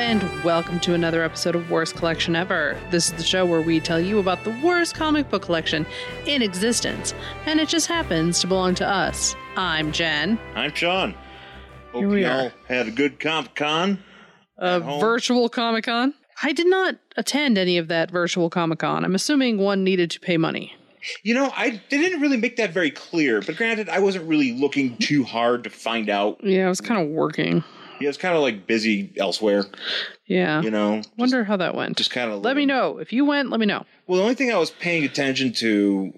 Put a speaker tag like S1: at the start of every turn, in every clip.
S1: And welcome to another episode of Worst Collection Ever. This is the show where we tell you about the worst comic book collection in existence, and it just happens to belong to us. I'm Jen,
S2: I'm Sean. Hope
S1: Here we
S2: you
S1: are.
S2: all had a good Comp Con.
S1: a
S2: At home.
S1: virtual Comic Con. I did not attend any of that virtual Comic Con. I'm assuming one needed to pay money.
S2: You know, I they didn't really make that very clear, but granted, I wasn't really looking too hard to find out.
S1: Yeah, I was kind of working.
S2: Yeah, it's kind of like busy elsewhere.
S1: Yeah.
S2: You know,
S1: Wonder how that went.
S2: just kind of.
S1: let me know. If you went, let me know.
S2: Well, the only thing I was paying attention to,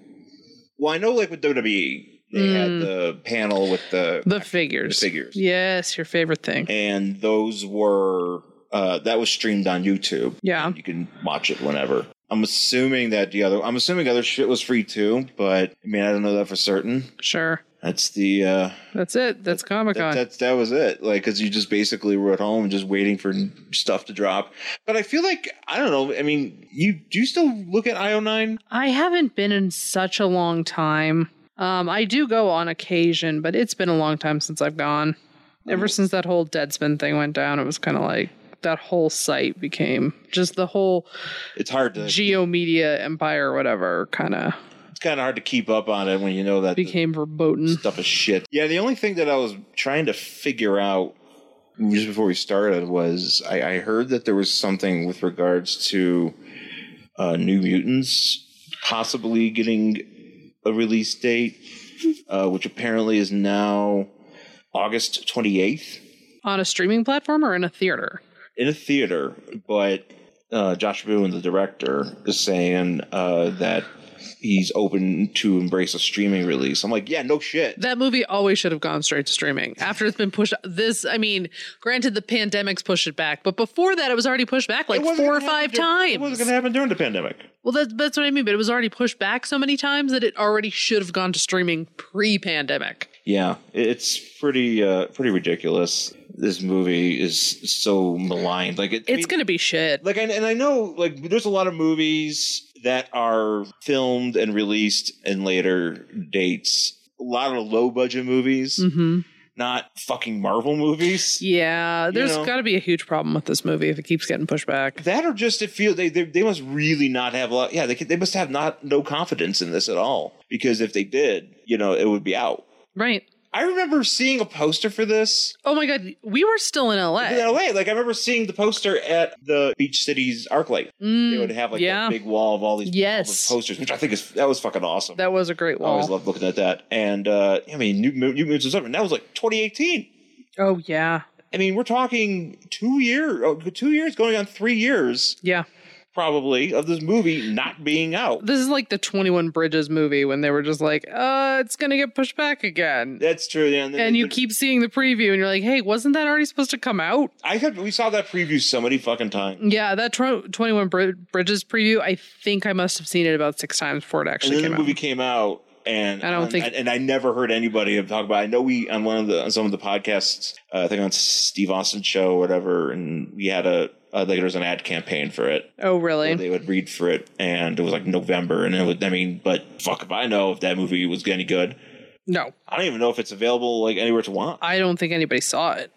S2: well, I know like with WWE, they had the panel with the
S1: Hmm. The figures.
S2: the figures.
S1: Yes, your favorite thing.
S2: and those were uh, that was streamed on YouTube.
S1: Yeah.
S2: And you can watch it whenever. I'm assuming that the other, I'm assuming other shit was free too, but I mean, I don't know that for certain.
S1: Sure.
S2: That's the uh,
S1: That's it. That's Comic
S2: that,
S1: Con.
S2: that that was it. Like, because you just basically were at home just waiting for stuff to drop. But I feel like I don't know. I mean, you do you still look at IO nine?
S1: I haven't been in such a long time. Um, I do go on occasion, but it's been a long time since I've gone. Ever
S2: Mm.
S1: since that whole Deadspin thing went down, it was kind of like that whole site became just the whole
S2: It's hard to
S1: geo media empire, or whatever, kind of
S2: it's kind of hard to keep up on it when you know that the
S1: became verboten.
S2: stuff is shit. Yeah, the only thing that I was trying to figure out just before we started was I, I heard that there was something with regards to uh, New Mutants possibly getting a release date, uh, which apparently is now August 28th
S1: On a streaming platform or in a theater?
S2: in a theater, but uh, Josh Boone, the director, is saying uh, that he's open to embrace a streaming release. I'm like, yeah, no shit.
S1: That movie always should have gone straight to streaming after it's been pushed. This, I mean, granted, the pandemic's pushed it back, but before that, it was already pushed back like
S2: It wasn't
S1: four or
S2: gonna happen
S1: five
S2: dur-
S1: times.
S2: It wasn't going to happen during the pandemic.
S1: Well, that's, that's what I mean. But it was already pushed back so many times that it already should have gone to streaming pre-pandemic.
S2: Yeah, it- it's pretty uh, pretty ridiculous. This movie is so maligned. Like it, I
S1: It's
S2: mean,
S1: going to be shit.
S2: like and, and I know like there's a lot of movies that are filmed and released in later dates. A lot of low budget movies,
S1: hmm
S2: not fucking Marvel movies.
S1: Yeah, there's
S2: know.
S1: got to be a huge problem with this movie if it keeps getting pushed back.
S2: That or just it feel they, they they must really not have a lot. Yeah, they could- they must have not no confidence in this at all because if they did, you know, it would be out.
S1: Right.
S2: I remember seeing a poster for this
S1: Oh my God, we were still in
S2: in
S1: LA.
S2: LA. Like I remember seeing the poster at the Beach City's ArcLight.
S1: Mm,
S2: They would have like
S1: yeah.
S2: that big wall of all these all the
S1: Yes.
S2: posters, which I think is that was fucking awesome.
S1: that was a great
S2: I always
S1: wall.
S2: loved looking at that. And uh, I mean, New, New Mutants was up, and that was like 2018.
S1: oh yeah,
S2: I mean, we're talking two year, oh, two years going on three years
S1: yeah.
S2: probably of this movie not being out.
S1: This is like the Twenty One Bridges movie when they were just like, "Uh, it's going to get pushed back again."
S2: That's true. Yeah, and, then-
S1: and you keep seeing the preview, and you're like, "Hey, wasn't that already supposed to come out?"
S2: I had we saw that preview so many fucking times.
S1: Yeah, that tw- 21 Bri- Bridges preview, I think I must have seen it about six times before it
S2: And
S1: actually
S2: then
S1: came
S2: the
S1: out.
S2: movie came out, and
S1: I don't think-
S2: and, and I never heard anybody talk about. It. I know we on one of the on some of the podcasts, uh, I think on Steve Austin's show, or whatever, and we had a uh, like there was an ad campaign for it.
S1: oh, really?
S2: They would read for it, and it was like November, and it would. I mean, but fuck if I know if that movie was any good.
S1: no,
S2: I don't even know if it's available like anywhere to want.
S1: I don't think anybody saw it.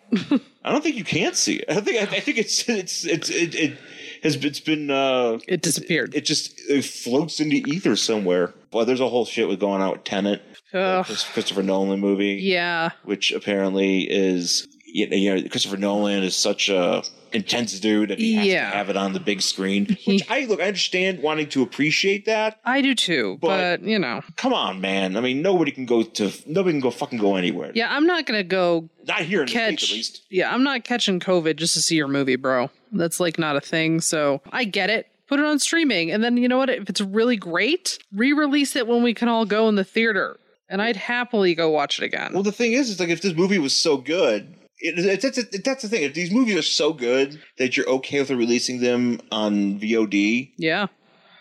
S2: I don't think you can see it. I don't think I, I think it's it's it's it, it has it's been uh
S1: It disappeared.
S2: it just it floats into ether somewhere. Well, there's a whole shit with going on with Tenant,
S1: Ugh.
S2: Christopher Nolan movie,
S1: yeah,
S2: which apparently is you know, you know Christopher Nolan is such a intense dude that he has
S1: Yeah.
S2: to have it on the big screen. Which I look, I understand wanting to appreciate that.
S1: I do too, but,
S2: But-
S1: you know.
S2: Come on, man. I mean, nobody can go to nobody can go fucking go anywhere.
S1: Yeah, I'm not going to go
S2: Not here in the states,
S1: catch.
S2: at least.
S1: Yeah, I'm not catching COVID just to see your movie, bro. That's like not a thing. So I get it. Put it on streaming. And then you know what? If it's really great, re release it when we can all go in the theater. And I'd happily go watch it again.
S2: Well, the thing is, it's like if this movie was so good, it, it, that's it, that's the thing. If these movies are so good that you're okay with releasing them on VOD,
S1: yeah,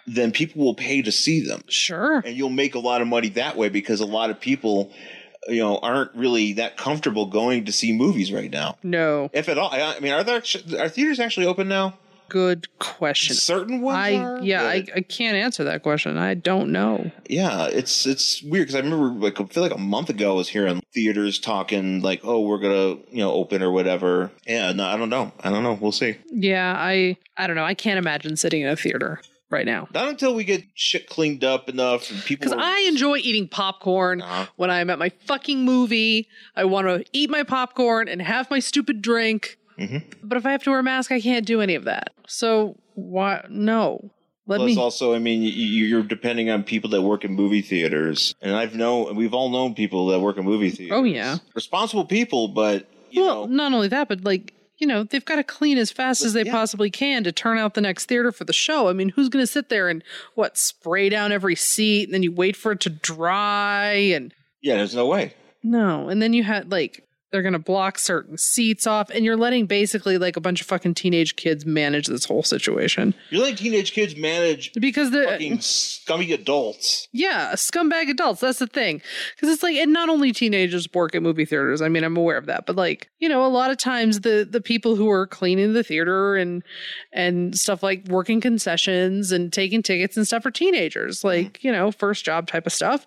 S2: then people will pay to see them,
S1: sure.
S2: and you'll make a lot of money that way because a lot of people, you know, aren't really that comfortable going to see movies right now,
S1: No.
S2: if at all. I, I mean, are there actu- are theaters actually open now?
S1: good question.
S2: Certain ones,
S1: I
S2: are,
S1: yeah, I,
S2: but-
S1: I can't answer that question. I don't know.
S2: yeah. It's it's weird because I remember like I feel like a month ago I was hearing theaters talking like, oh, we're gonna you know open or whatever. Yeah, no, I don't know. I don't know. We'll see.
S1: Yeah, I I don't know. I can't imagine sitting in a theater right now.
S2: Not until we get shit cleaned up enough and people.
S1: Cuz I enjoy eating popcorn
S2: Uh-huh.
S1: when I'm at my fucking movie. I want to eat my popcorn and have my stupid drink.
S2: Mhm.
S1: But if I have to wear a mask, I can't do any of that. So why no? Let
S2: Plus,
S1: me
S2: also, I mean, y- y- you're depending on people that work in movie theaters, and I've known, we've all known people that work in movie theaters.
S1: Oh, yeah.
S2: responsible people, but you
S1: well,
S2: know,
S1: not only that, but like, you know, they've got to clean as fast as they
S2: yeah.
S1: possibly can to turn out the next theater for the show. I mean, who's going to sit there and what spray down every seat and then you wait for it to dry and
S2: yeah, there's no way.
S1: no. And then you had like, they're going to block certain seats off and you're letting basically like a bunch of fucking teenage kids manage this whole situation
S2: You're letting teenage kids manage
S1: because the
S2: fucking scummy adults.
S1: Yeah, scumbag adults. That's the thing. Because it's like, and not only teenagers work at movie theaters. I mean, I'm aware of that, but like, you know, a lot of times the the people who are cleaning the theater and and stuff like working concessions and taking tickets and stuff are teenagers. Like, you know, first job type of stuff.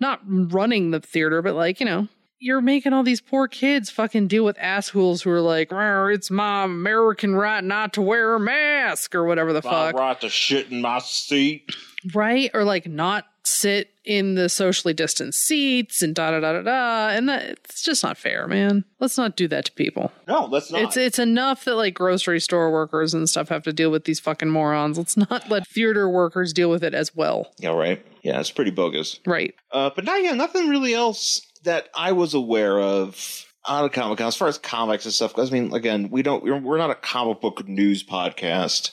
S1: Not running the theater, but like, you know. You're making all these poor kids fucking deal with asshools who are like, "Rrr, it's my American right not to wear a mask or whatever the
S2: I
S1: fuck
S2: rot the shit in my seat.
S1: right or like not sit in the socially distanced seats and da da da da da and that it's just not fair man let's not do that to people
S2: No, that's not.
S1: it's it's enough that like grocery store workers and stuff have to deal with these fucking morons let's not let theater workers deal with it as well
S2: yeah, right. Yeah, it's pretty bogus.
S1: right
S2: Uh, but not yeah, nothing really else that I was aware of on a Comic Con as far as comics and stuff. 'cause, I mean, again, we don't. We're, we're not a comic book news podcast.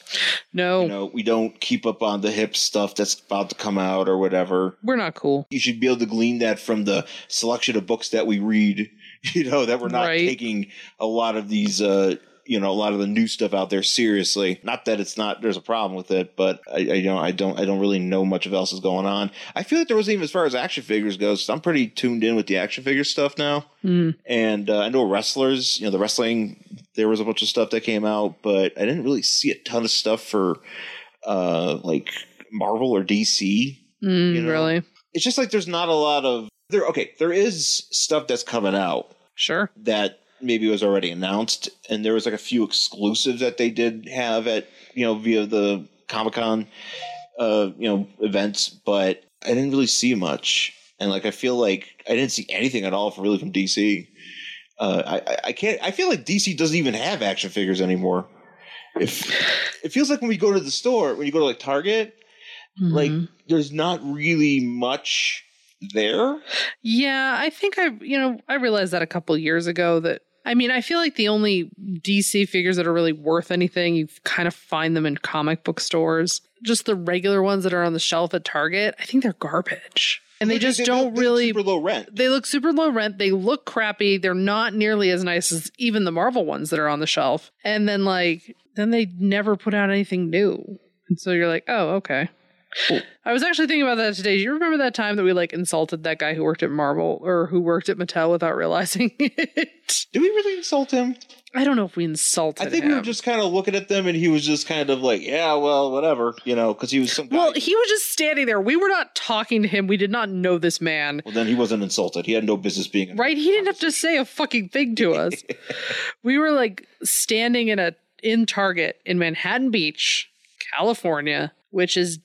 S1: no
S2: You know, we don't keep up on the hip stuff that's about to come out or whatever.
S1: we're not cool
S2: You should be able to glean that from the selection of books that we read. You know that we're not
S1: Right.
S2: taking a lot of these. uh you know a lot of the new stuff out there seriously not that it's not there's a problem with it but i, I you know i don't i don't really know much of else is going on i feel like there wasn't even as far as action figures goes i'm pretty tuned in with the action figure stuff now
S1: Mm.
S2: and uh, I know wrestlers. You know, the wrestling. There was a bunch of stuff that came out, but I didn't really see a ton of stuff for uh, like Marvel or DC.
S1: Mm,
S2: You know?
S1: really
S2: It's just like there's not a lot of there. Okay, there is stuff that's coming out
S1: sure
S2: that maybe was already announced, and there was like a few exclusives that they did have at you know via the Comic Con uh, you know events, but I didn't really see much, and like I feel like I didn't see anything at all from really from DC. Uh, I- I I can't. I feel like DC doesn't even have action figures anymore. If it feels like when we go to the store, when you go to like Target,
S1: Mhm.
S2: like there's not really much there.
S1: Yeah, I think I, you know, I realized that a couple years ago that I mean, I feel like the only DC figures that are really worth anything, you kind of find them in comic book stores. Just the regular ones that are on the shelf at Target, I think they're garbage. And they just don't
S2: they're
S1: really
S2: super low rent.
S1: they look super low rent. They look crappy. They're not nearly as nice as even the Marvel ones that are on the shelf. And then like then they never put out anything new. And so you're like, oh, okay.
S2: Cool.
S1: I was actually thinking about that today. Do you remember that time that we like insulted that guy who worked at Marvel or who worked at Mattel without realizing it?
S2: Did we really insult him?
S1: I don't know if we insulted
S2: I think
S1: him.
S2: we were just kind of looking at them, and he was just kind of like, "Yeah, well, whatever," you know, because he was some guy.
S1: well,
S2: Well,
S1: he was just standing there. We were not talking to him. We did not know this man.
S2: then he wasn't insulted. He had no business being.
S1: Right? He didn't have to say a fucking thing to us. we were like standing in a in Target in Manhattan Beach, California, which is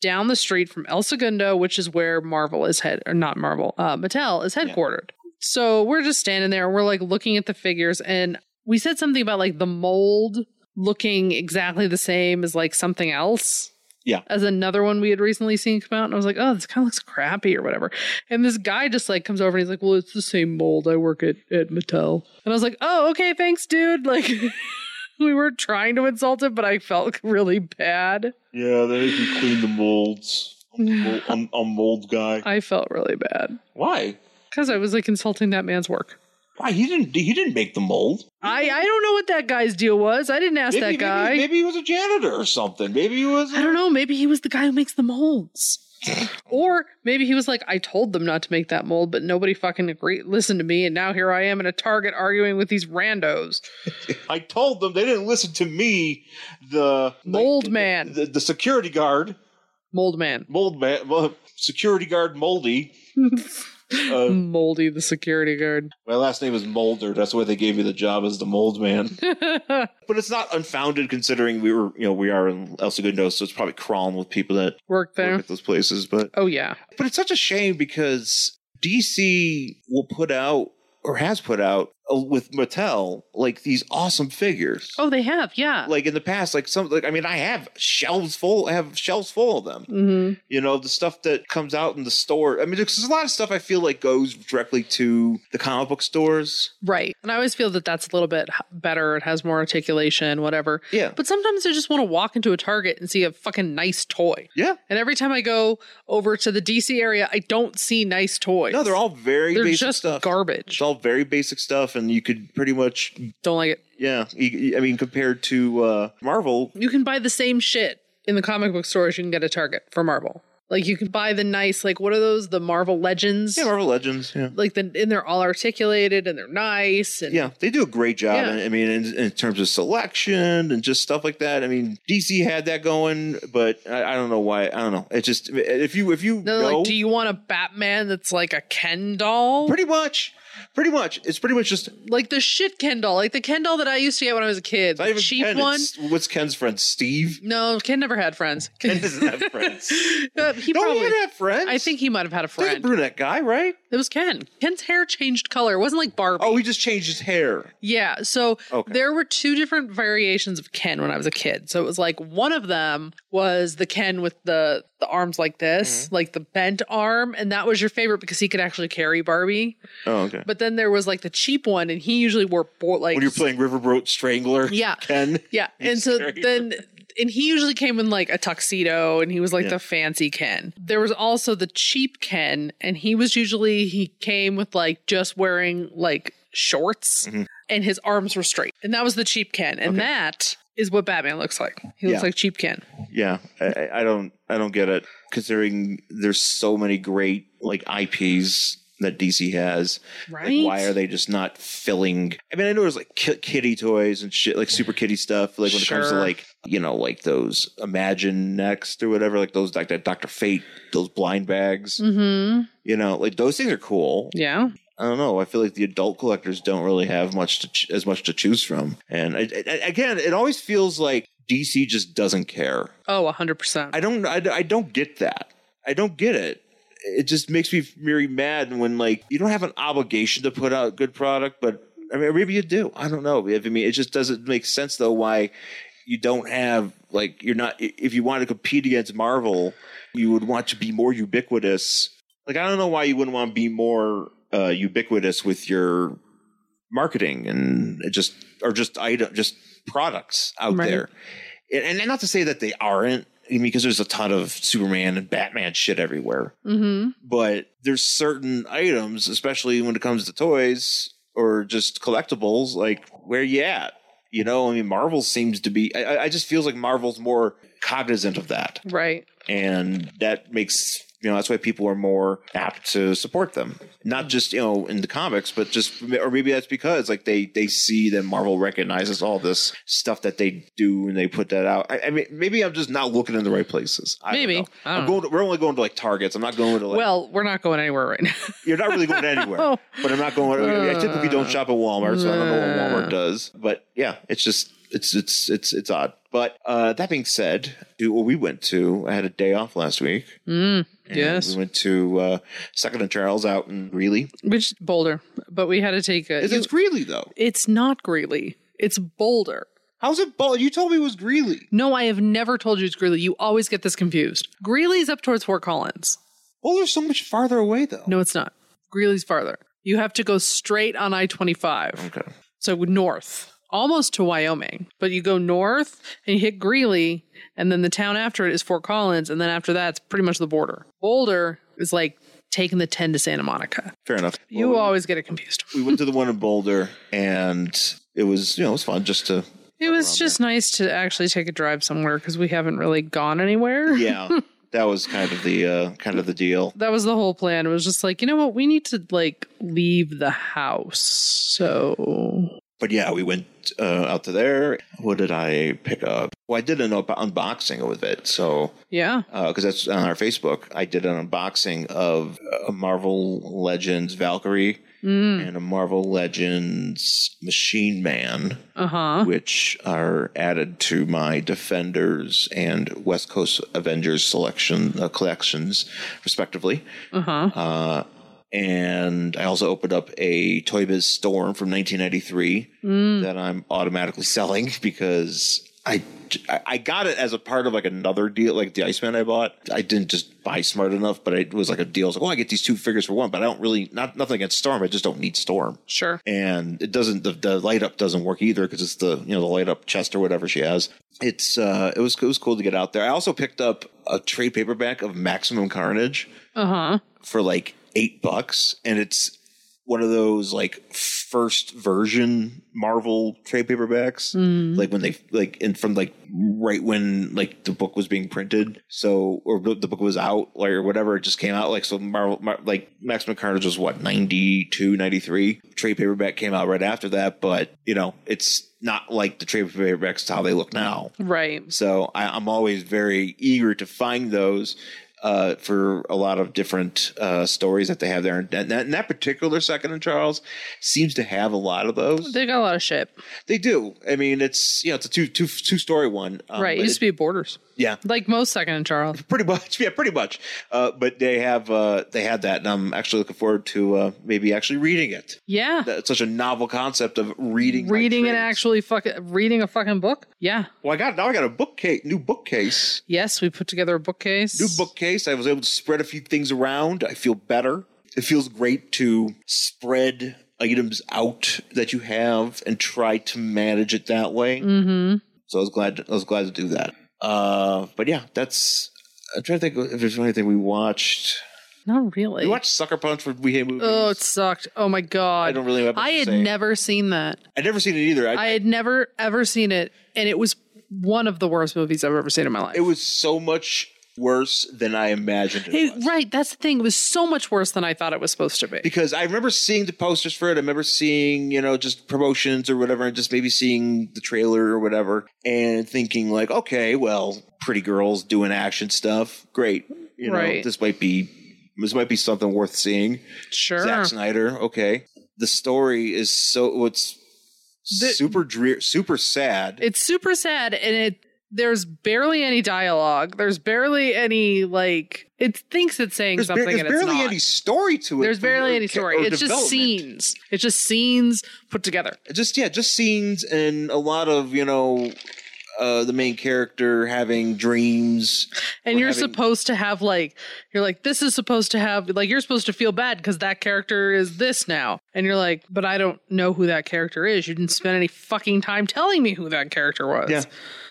S1: down the street from El Segundo, which is where Marvel is head or not Marvel, uh, Mattel is headquartered. So we're just standing there and we're like looking at the figures and we said something about like the mold looking exactly the same as like something else as another one we had recently seen come out, and I was like, oh, this kind of looks crappy or whatever. And this guy just like comes over and he's like, well, it's the same mold. I work at, at Mattel. And I was like, oh, okay, thanks, dude. Like, we were trying to insult him, but I felt really bad.
S2: Yeah, they make you clean the molds.
S1: Mm.
S2: I'm a mold guy.
S1: I felt really bad
S2: Why?
S1: because I was like insulting that man's work.
S2: Why he didn't? He didn't make the mold.
S1: I, I don't know what that guy's deal was. I didn't ask that guy.
S2: Maybe, maybe he was a janitor or something. Maybe he was.
S1: I don't know. Maybe he was the guy who makes the molds. Or maybe he was like, I told them not to make that mold, but nobody fucking agreed. Listen to me, and now here I am in a Target arguing with these randos.
S2: I told them they didn't listen to me. The
S1: Mold
S2: the-
S1: man.
S2: the, the security guard,
S1: Mold man.
S2: mold man, well, security guard Moldy. Uh,
S1: Moldy the security guard.
S2: my last name is Molder. That's why they gave me the job as the mold man. But it's not unfounded considering we were, you know, we are in El Segundo, so it's probably crawling with people that
S1: Work
S2: work
S1: there.
S2: at those places. But
S1: Oh, yeah.
S2: but it's such a shame because DC will put out or has put out uh, with Mattel like these awesome figures.
S1: Oh, they have. Yeah.
S2: Like in the past, like some, like I mean, I have shelves full. I have shelves full of them.
S1: hmm
S2: You know, the stuff that comes out in the store. I mean, there's a lot of stuff I feel like goes directly to the comic book stores.
S1: Right. And I always feel that that's a little bit h- better. It has more articulation, whatever.
S2: Yeah,
S1: But sometimes I just want to walk into a Target and see a fucking nice toy.
S2: yeah.
S1: And every time I go over to the DC area, I don't see nice toys.
S2: No, they're all very
S1: They're
S2: basic
S1: just
S2: stuff. It's
S1: garbage.
S2: all very basic stuff, and you could pretty much,
S1: Don't like it.
S2: yeah. you- you- I mean, compared to uh, Marvel,
S1: You can buy the same shit in the comic book stores you can get at Target for Marvel. Like you can buy the nice, like what are those? The Marvel Legends.
S2: yeah, Marvel Legends, yeah.
S1: like the, and they're all articulated and they're nice and
S2: Yeah, they do a great job.
S1: Yeah.
S2: I mean, in, in terms of selection and just stuff like that. I mean, DC had that going, but I, I don't know why. I don't know. It just if you if you
S1: they're
S2: know,
S1: like, do you want a Batman that's like a Ken doll?
S2: pretty much, pretty much, it's pretty much just
S1: like the shit Ken doll, like the Ken doll that I used to get when I was a kid,
S2: not
S1: the
S2: even
S1: cheap
S2: Ken,
S1: one.
S2: it's- what's Ken's friend Steve?
S1: No, Ken never had friends.
S2: Ken doesn't have friends.
S1: Uh, he
S2: Don't
S1: probably.
S2: even have friends.
S1: I think he might have had a
S2: There's a
S1: friend.
S2: brunette guy, right?
S1: It was Ken. Ken's hair changed color. It wasn't like Barbie.
S2: Oh, he just changed his hair.
S1: Yeah. So
S2: Okay.
S1: there were two different variations of Ken when I was a kid. So it was like one of them was the Ken with the the arms like this,
S2: Mm-hmm.
S1: like the bent arm, and that was your favorite because he could actually carry Barbie.
S2: Oh, okay.
S1: But then there was like the cheap one, and he usually wore bo- like
S2: when you're playing Riverboat Strangler,
S1: Yeah.
S2: Ken.
S1: yeah, and
S2: He's
S1: so
S2: carrying
S1: then. And he usually came in like a tuxedo and he was like
S2: Yeah.
S1: the fancy Ken. There was also the cheap Ken, and he was usually, he came with like just wearing like shorts
S2: Mhm.
S1: and his arms were straight. And that was the cheap Ken. And
S2: Okay.
S1: that is what Batman looks like. He looks
S2: Yeah.
S1: like cheap Ken.
S2: Yeah, I- I, I don't, I don't get it. Considering there's so many great like IPs that DC has, like,
S1: Right?
S2: why are they just not filling? I mean, I know there's like ki- kitty toys and shit, like super kitty stuff. Like when it comes to
S1: Sure.
S2: like you know, like those Imagine Next or whatever, like those like that Doctor Fate, those blind bags.
S1: Mm-hmm.
S2: You know, like those things are cool.
S1: Yeah.
S2: I don't know. I feel like the adult collectors don't really have much to ch- as much to choose from, and I, I, again, it always feels like DC just doesn't care.
S1: Oh, 100%.
S2: I don't I, I don't get that. I don't get it. It just makes me very mad when like you don't have an obligation to put out good product, but I mean maybe you do. I don't know. I mean it just doesn't make sense though why you don't have like you're not if you want to compete against Marvel, you would want to be more ubiquitous. Like I don't know why you wouldn't want to be more uh, ubiquitous with your marketing and it just or just item just products out
S1: Right.
S2: there. And, and not to say that they aren't, I mean, because there's a ton of Superman and Batman shit everywhere.
S1: mm-hmm.
S2: But there's certain items, especially when it comes to toys or just collectibles, like where you at? You know, I mean, Marvel seems to be. I, I- I just feels like Marvel's more cognizant of that,
S1: Right.
S2: and that makes you know that's why people are more apt to support them. Not just you know in the comics, but just or maybe that's because like they they see that Marvel recognizes all this stuff that they do and they put that out. I, I mean, maybe I'm just not looking in the right places. I don't
S1: Maybe.
S2: know.
S1: I don't
S2: I'm going. To, we're only going to like targets. I'm not going to like.
S1: well, we're not going anywhere right now.
S2: you're not really going anywhere.
S1: Oh.
S2: But I'm not going. I I typically don't shop at Walmart, so I don't know what
S1: Uh.
S2: Walmart does. But yeah, it's just it's it's it's it's odd. But uh, that being said, do what we went to. I had a day off last week.
S1: Mm,
S2: and
S1: yes.
S2: we went to uh, Second and Charles out in Greeley.
S1: Which Boulder, but we had to take a.
S2: Is
S1: you-
S2: it's Greeley though?
S1: it's not Greeley. It's Boulder.
S2: How's it? Ball? You told me it was Greeley.
S1: No, I have never told you it's Greeley. You always get this confused. Greeley's up towards Fort Collins.
S2: Well, they're so much farther away though.
S1: No, it's not. Greeley's farther. You have to go straight on I 25.
S2: Okay.
S1: So north, almost to Wyoming. But you go north and you hit Greeley, and then the town after it is Fort Collins. And then after that, it's pretty much the border. Boulder is like taking the 10 to Santa Monica.
S2: Fair enough.
S1: You always get it confused.
S2: We went to the one in Boulder, and it was you know it was fun just to
S1: It was just nice to actually take a drive somewhere because we haven't really gone anywhere.
S2: yeah. that was kind of the uh, kind of the deal.
S1: That was the whole plan. It was just like, you know what? We need to like leave the house. So
S2: But yeah, we went uh, out to there. What did I pick up? Well, I did an up- unboxing of it, so
S1: yeah,
S2: because uh, that's on our Facebook. I did an unboxing of a Marvel Legends Valkyrie
S1: mm.
S2: and a Marvel Legends Machine Man,
S1: uh huh.
S2: which are added to my Defenders and West Coast Avengers selection uh, collections, respectively.
S1: Uh huh.
S2: Uh, and I also opened up a Toy Biz Storm from 1993
S1: Mm.
S2: that I'm automatically selling because I, I got it as a part of like another deal, like the Iceman I bought. I didn't just buy smart enough, but it was like a deal. It's like, oh, I get these two figures for one, but I don't really, not nothing against Storm. I just don't need Storm.
S1: Sure.
S2: And it doesn't, the, the light up doesn't work either because it's the, you know, the light up chest or whatever she has. It's, uh, it was, it was cool to get out there. I also picked up a trade paperback of Maximum Carnage
S1: Uh huh.
S2: for like eight bucks, and it's one of those like first version Marvel trade paperbacks, like when they like and from like right when like the book was being printed, so or the the book was out like, or whatever, it just came out like so Marvel Mar- like Maximum Carnage was what 92, 93. Trade paperback came out right after that, but you know it's not like the trade paperbacks to how they look now.
S1: Right.
S2: So I, I'm always very eager to find those uh, for a lot of different uh, stories that they have there. And that, and that particular Second and Charles seems to have a lot of those.
S1: They got a lot of shit.
S2: They do. I mean, it's you know, it's a two two two story one. Um,
S1: right. It
S2: but
S1: used to be Borders.
S2: yeah.
S1: Like most Second and Charles.
S2: Pretty much, yeah, pretty much. Uh, but they have uh, they had that, and I'm actually looking forward to uh, maybe actually reading it.
S1: Yeah.
S2: That's such a novel concept of reading, my
S1: reading and
S2: trades.
S1: actually fucking reading a fucking book. Yeah.
S2: Well, I got now I got a bookcase, new bookcase.
S1: Yes, we put together a bookcase.
S2: new bookcase. I was able to spread a few things around. I feel better. It feels great to spread items out that you have and try to manage it that way.
S1: Mm-hmm.
S2: So I was glad. I was glad to do that. Uh, but yeah, that's. I'm trying to think if there's anything we watched.
S1: Not really.
S2: We watched Sucker Punch for We Hate Movies.
S1: Oh, it sucked. Oh my god.
S2: I don't really remember.
S1: I had
S2: never.
S1: never seen that.
S2: I never seen it either. I,
S1: I had never ever seen it, and it was one of the worst movies I've ever seen in my life.
S2: it was so much worse than I imagined. It
S1: It-
S2: was.
S1: right, that's the thing. It was so much worse than I thought it was supposed to be.
S2: because I remember seeing the posters for it. I remember seeing, you know, just promotions or whatever, and just maybe seeing the trailer or whatever, and thinking like, okay, well, pretty girls doing action stuff, great. You know,
S1: Right.
S2: this might be this might be something worth seeing.
S1: Sure.
S2: Zack Snyder, okay. The story is so what's
S1: The-
S2: super drear, super sad.
S1: It's super sad and it there's barely any dialogue. There's barely any like it thinks it's saying
S2: there's ba-
S1: something
S2: there's
S1: and it's
S2: barely
S1: not.
S2: any story to it.
S1: There's
S2: or-
S1: barely any
S2: or
S1: story. It's just
S2: development.
S1: scenes. It's just scenes put together.
S2: just yeah, just scenes and a lot of you know uh, the main character having dreams.
S1: And
S2: We're
S1: you're
S2: having-
S1: supposed to have like you're like this is supposed to have like you're supposed to feel bad because that character is this now. And you're like, but I don't know who that character is. You didn't spend any fucking time telling me who that character was.
S2: Yeah,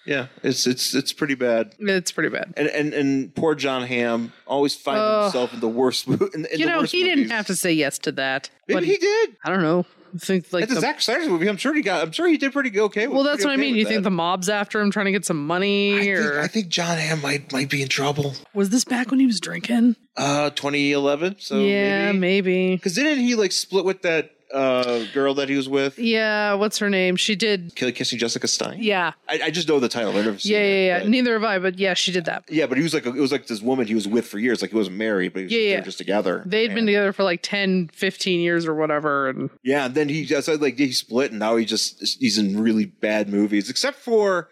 S2: yeah, it's it's it's pretty bad.
S1: It's pretty bad.
S2: And and and poor John Hamm always finds
S1: Ugh.
S2: himself in the worst. mo- In, in
S1: you
S2: the
S1: know,
S2: worst
S1: he didn't
S2: movies.
S1: have to say yes to that.
S2: Maybe
S1: but
S2: he did.
S1: I don't know. I think like
S2: That's
S1: the,
S2: a Zack Snyder movie. I'm sure he got. I'm sure he did pretty go- okay. with-
S1: well, that's
S2: pretty
S1: what I
S2: okay
S1: mean.
S2: with
S1: You
S2: that.
S1: think the mob's after him trying to get some money,
S2: I think,
S1: or
S2: I think John Hamm might might be in trouble.
S1: was this back when he was drinking?
S2: Uh, 2011. So
S1: yeah,
S2: Oh, maybe
S1: maybe.
S2: because didn't he like split with that uh girl that he was with,
S1: Yeah, what's her name? She did.
S2: Kill- kissing Jessica Stein?
S1: Yeah,
S2: I, I just know the title. I've never seen
S1: yeah,
S2: it,
S1: yeah, yeah.
S2: but-
S1: Neither have I, but yeah, she did that.
S2: Yeah, but he was like it was like this woman he was with for years. Like he wasn't married, but he was,
S1: Yeah,
S2: they
S1: yeah.
S2: were just together.
S1: They'd been
S2: And-
S1: together for like 10, 15 years or whatever. And
S2: yeah. And then he just like he split, and now he just he's in really bad movies, except for.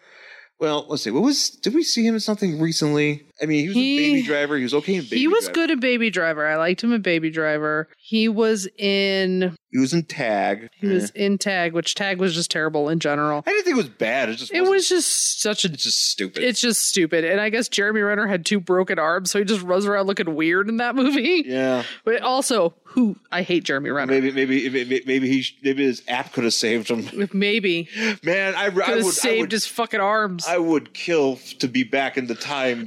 S2: Well, let's see. What was? Did we see him in something recently? I mean, he was
S1: He-
S2: a baby driver. He was okay in baby.
S1: he was
S2: Driver.
S1: good at Baby Driver. I liked him at Baby Driver. He was in
S2: He was in Tag.
S1: he
S2: Eh.
S1: was in Tag, which Tag was just terrible in general.
S2: I didn't think it was bad. It just
S1: It
S2: wasn't-
S1: was just such a
S2: It's just stupid.
S1: it's just stupid. And I guess Jeremy Renner had two broken arms, so he just runs around looking weird in that movie.
S2: yeah.
S1: But also, who I hate Jeremy Renner.
S2: Maybe, maybe, maybe, maybe he, sh- maybe his app could have saved him.
S1: Maybe. Maybe.
S2: Man, I, I would,
S1: Could have
S2: I
S1: saved
S2: would,
S1: his fucking arms.
S2: I would kill f- to be back in the time.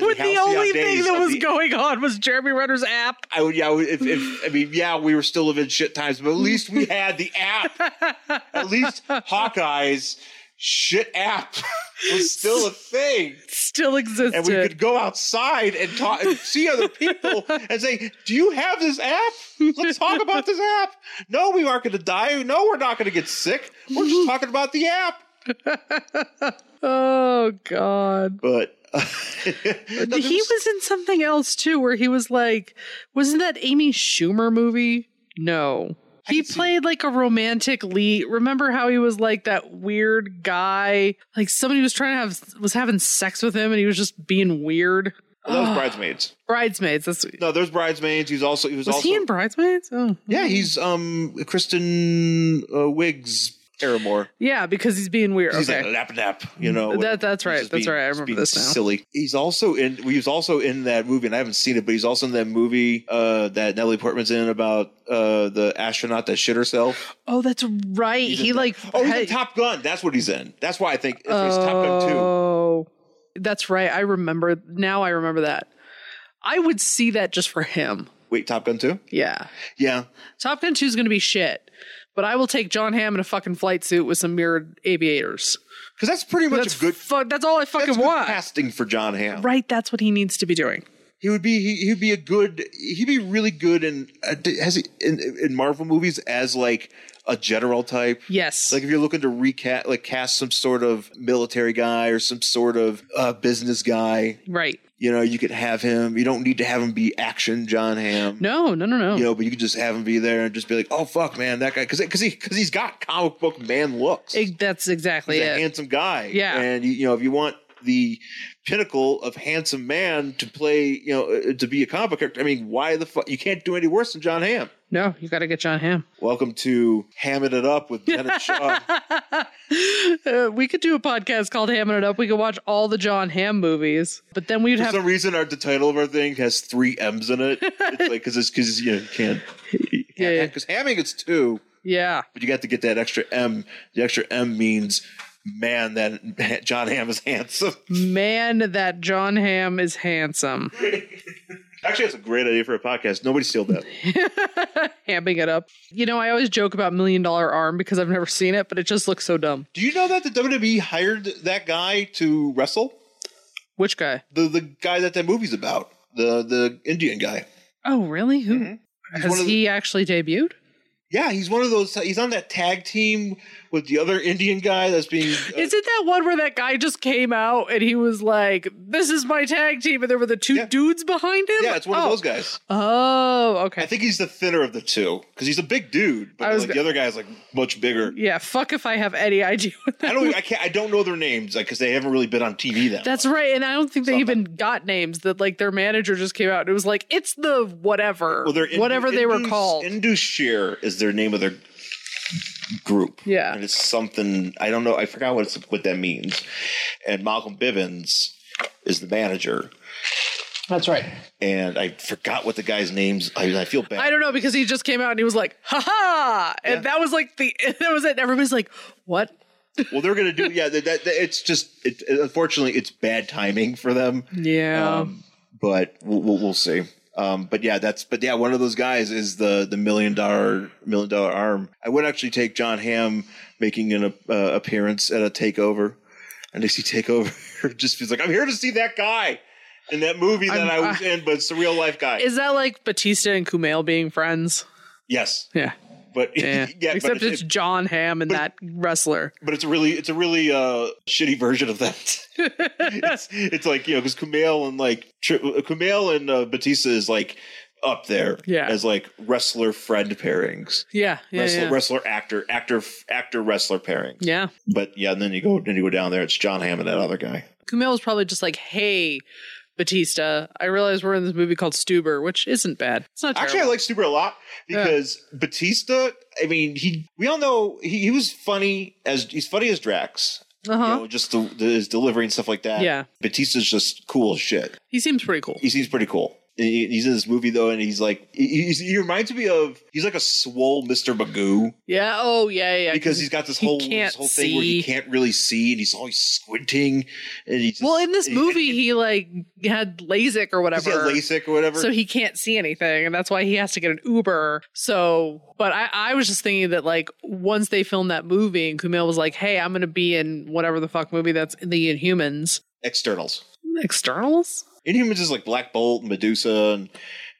S1: when the only thing that was going on was Jeremy Renner's app.
S2: I would, yeah, I would- if, if I mean, yeah, we were still living shit times, but at least we had the app. at least Hawkeye's shit app was still a thing.
S1: Still existed.
S2: And we could go outside and talk and see other people and say, Do you have this app? Let's talk about this app. No, we aren't gonna die. No, we're not gonna get sick. We're just talking about the app.
S1: oh God.
S2: But
S1: he was in something else too, where he was like, wasn't that Amy Schumer movie? No. He played like a romantic lead. Remember how he was like that weird guy? Like somebody was trying to have was having sex with him and he was just being weird.
S2: Well, that was bridesmaids.
S1: Bridesmaids. That's
S2: No, there's bridesmaids. He's also he was,
S1: was
S2: also
S1: he in Bridesmaids? Oh.
S2: yeah. He's um Kristen uh, Wiggs Aramore.
S1: Yeah, because he's being weird.
S2: He's
S1: okay.
S2: like lap lap, you know.
S1: That- that's
S2: He's
S1: right,
S2: just
S1: that's right, I
S2: just
S1: remember
S2: being
S1: this now.
S2: Silly. He's also in. He was also in that movie, and I haven't seen it, but he's also in that movie uh, that Natalie Portman's in about uh, the astronaut that shit herself.
S1: oh, that's right.
S2: He's
S1: He
S2: in that.
S1: like
S2: oh, he's in
S1: had-
S2: Top Gun. That's what he's in. That's why I think it's, it's Top Gun too.
S1: Oh, that's right. I remember now. I remember that. I would see that just for him.
S2: Wait, Top Gun two?
S1: Yeah,
S2: Yeah,
S1: Top Gun Two is going to be shit, but I will take John Hamm in a fucking flight suit with some mirrored aviators.
S2: because that's pretty much
S1: That's
S2: a good.
S1: Fu- that's all I
S2: That's
S1: fucking
S2: good
S1: want.
S2: casting for John Hamm.
S1: Right. That's what he needs to be doing.
S2: He would be he, he'd be a good he'd be really good in uh, has he in, in Marvel movies as like a general type.
S1: Yes.
S2: Like if you're looking to recast, like cast some sort of military guy or some sort of uh, business guy,
S1: right.
S2: you know, you could have him. You don't need to have him be action John Hamm.
S1: No. No. No. No.
S2: You know, but you could just have him be there and just be like, oh fuck, man, that guy, because because he because he's got comic book man looks.
S1: Ig- that's exactly
S2: he's a
S1: it.
S2: handsome guy.
S1: Yeah.
S2: and you, you know, if you want the pinnacle of handsome man to play, you know, uh, to be a comic book character, I mean, why the fuck you can't do any worse than John Hamm?
S1: no. You got to get John Hamm.
S2: Welcome to Hamming It Up with Bennett Shaw.
S1: Uh, we could do a podcast called Hamming It Up. We could watch all the John Hamm movies, but then we'd
S2: For
S1: have
S2: some reason, our the title of our thing has three M's in it. It's like because it's because you, know, you can't.
S1: Yeah.
S2: Because hamming it's two,
S1: yeah.
S2: but you got to get that extra M. The extra M means man. That John Ham is handsome.
S1: Man, that John Ham is handsome.
S2: Actually, that's a great idea for a podcast. Nobody steal that.
S1: Hamming it up. You know, I always joke about Million Dollar Arm because I've never seen it, but it just looks so dumb.
S2: Do you know that the WWE hired that guy to wrestle
S1: Which guy?
S2: the the guy that that movie's about the the Indian guy.
S1: Oh, really? Who?
S2: Mm-hmm. one
S1: Has
S2: of the- Uh,
S1: he actually debuted?
S2: Yeah, he's one of those. He's on that tag team with the other Indian guy that's being. uh,
S1: Isn't that one where that guy just came out and he was like, "This is my tag team," and there were the two
S2: Yeah.
S1: dudes behind him?
S2: uh, yeah, it's one
S1: oh.
S2: of those guys.
S1: Oh, okay.
S2: I think he's the thinner of the two because he's a big dude, but
S1: I was
S2: like
S1: go-
S2: the other guy's like much bigger.
S1: yeah, fuck if I have any idea. What that
S2: I don't, I can't, I don't know their names like because they haven't really been on TV that.
S1: That's right, and I don't think they
S2: Something.
S1: even got names. That like their manager just came out and it was like, "It's the whatever,
S2: much. they're Indu-
S1: whatever they were
S2: Indus-
S1: called."
S2: Indushir is their name of their group.
S1: Yeah.
S2: and it's something I don't know. I forgot what it's, what that means. And Malcolm Bivens is the manager,
S1: That's right.
S2: and I forgot what the guy's names. I, I feel bad.
S1: I don't know because he just came out and he was like, "Ha ha!" And
S2: Yeah.
S1: that was like the that was it. And everybody's like, "What?"
S2: well, they're gonna do. Yeah, that, that, that- it's just it, unfortunately it's bad timing for them.
S1: Yeah,
S2: um, but we'll, we'll, we'll see. Um, but yeah, that's but yeah, one of those guys is the the million dollar million dollar arm. I would actually take John Hamm making an uh, appearance at a takeover, and I see takeover just feels like I'm here to see that guy in that movie that
S1: I'm- uh,
S2: i was in, but it's a real life guy.
S1: is that like Batista and Kumail being friends?
S2: yes,
S1: Yeah,
S2: but yeah,
S1: yeah. Except
S2: but,
S1: it's
S2: it's,
S1: John Hamm and that wrestler.
S2: but it's a really it's a really uh, shitty version of that. it's, it's like you know because Kumail and like Tri- Kumail and uh, Batista is like up there
S1: Yeah.
S2: as like wrestler friend pairings.
S1: Yeah, yeah,
S2: Wrestler,
S1: yeah.
S2: wrestler, actor, actor, f- actor, wrestler pairing.
S1: yeah.
S2: But yeah, and then you go, then you go down there. It's John Hamm and that other guy.
S1: Kumail was probably just like, "Hey, Batista, I realize we're in this movie called Stuber, which isn't bad. It's not
S2: Actually, I
S1: terrible.
S2: like Stuber a lot because Batista. I mean, he. We all know he, he was funny as he's funny as Drax.
S1: uh-huh.
S2: You know, just the, the, his delivery and stuff like that.
S1: Yeah.
S2: Batista's just cool as shit.
S1: he seems pretty cool.
S2: He seems pretty cool. He- He's in this movie though, and he's like he- he's, he reminds me of he's like a swole Mr. Magoo
S1: Yeah. Oh, yeah, yeah.
S2: because he's got this
S1: he
S2: whole
S1: can't
S2: this whole thing where he
S1: see.
S2: can't really see, and he's always squinting, and he's just,
S1: well, in this
S2: he-
S1: movie, he like had LASIK or
S2: he's
S1: whatever.
S2: got LASIK or whatever.
S1: So he can't see anything, and that's why he has to get an Uber. So, but I, I was just thinking that like once they filmed that movie, and Kumail was like, "Hey, I'm going to be in whatever the fuck movie that's in the Inhumans
S2: Externals.
S1: externals."
S2: Inhumans is like Black Bolt, and Medusa, and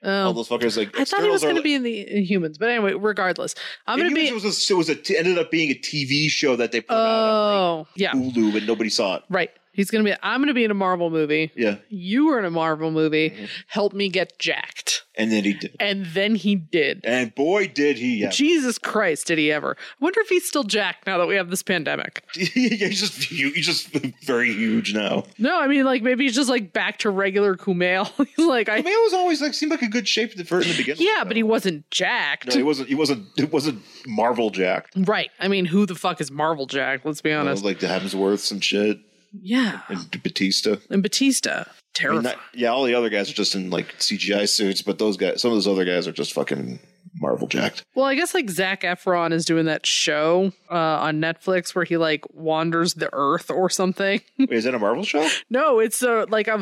S2: all
S1: Oh,
S2: those fuckers. Like
S1: I thought he was
S2: Externals are
S1: going to
S2: like-
S1: be in the Inhumans, but anyway, regardless, I'm going to
S2: Inhumans
S1: be.
S2: was a, so it was a t- ended up being a TV show that they put out
S1: Oh, yeah,
S2: on Hulu, but nobody saw it.
S1: right. He's going to be. I'm going to be in a Marvel movie.
S2: Yeah,
S1: You were in a Marvel movie.
S2: Mhm.
S1: Help me get jacked,
S2: and then he did,
S1: and then he did.
S2: and boy did he! Yeah,
S1: Jesus Christ, did he ever? I wonder if he's still jacked now that we have this pandemic.
S2: he's just hu- he's just very huge now.
S1: No, I mean like maybe he's just like back to regular Kumail. He's like
S2: I
S1: I
S2: mean, it was always like seemed like a good shape at the first in the beginning.
S1: Yeah, but he wasn't jacked.
S2: No, he wasn't. He wasn't. It wasn't Marvel Jack.
S1: right. I mean, who the fuck is Marvel Jack? Let's be
S2: It was
S1: honest.
S2: like the Hemsworths and shit,
S1: yeah.
S2: and B- Batista.
S1: And Batista.
S2: I mean,
S1: Terrifying.
S2: that- yeah, all the other guys are just in like CGI suits, but those guys, some of those other guys are just fucking Marvel jacked.
S1: well, I guess like Zach Efron is doing that show uh, on Netflix where he like wanders the earth or something.
S2: Wait, is that a Marvel show?
S1: No, it's a like a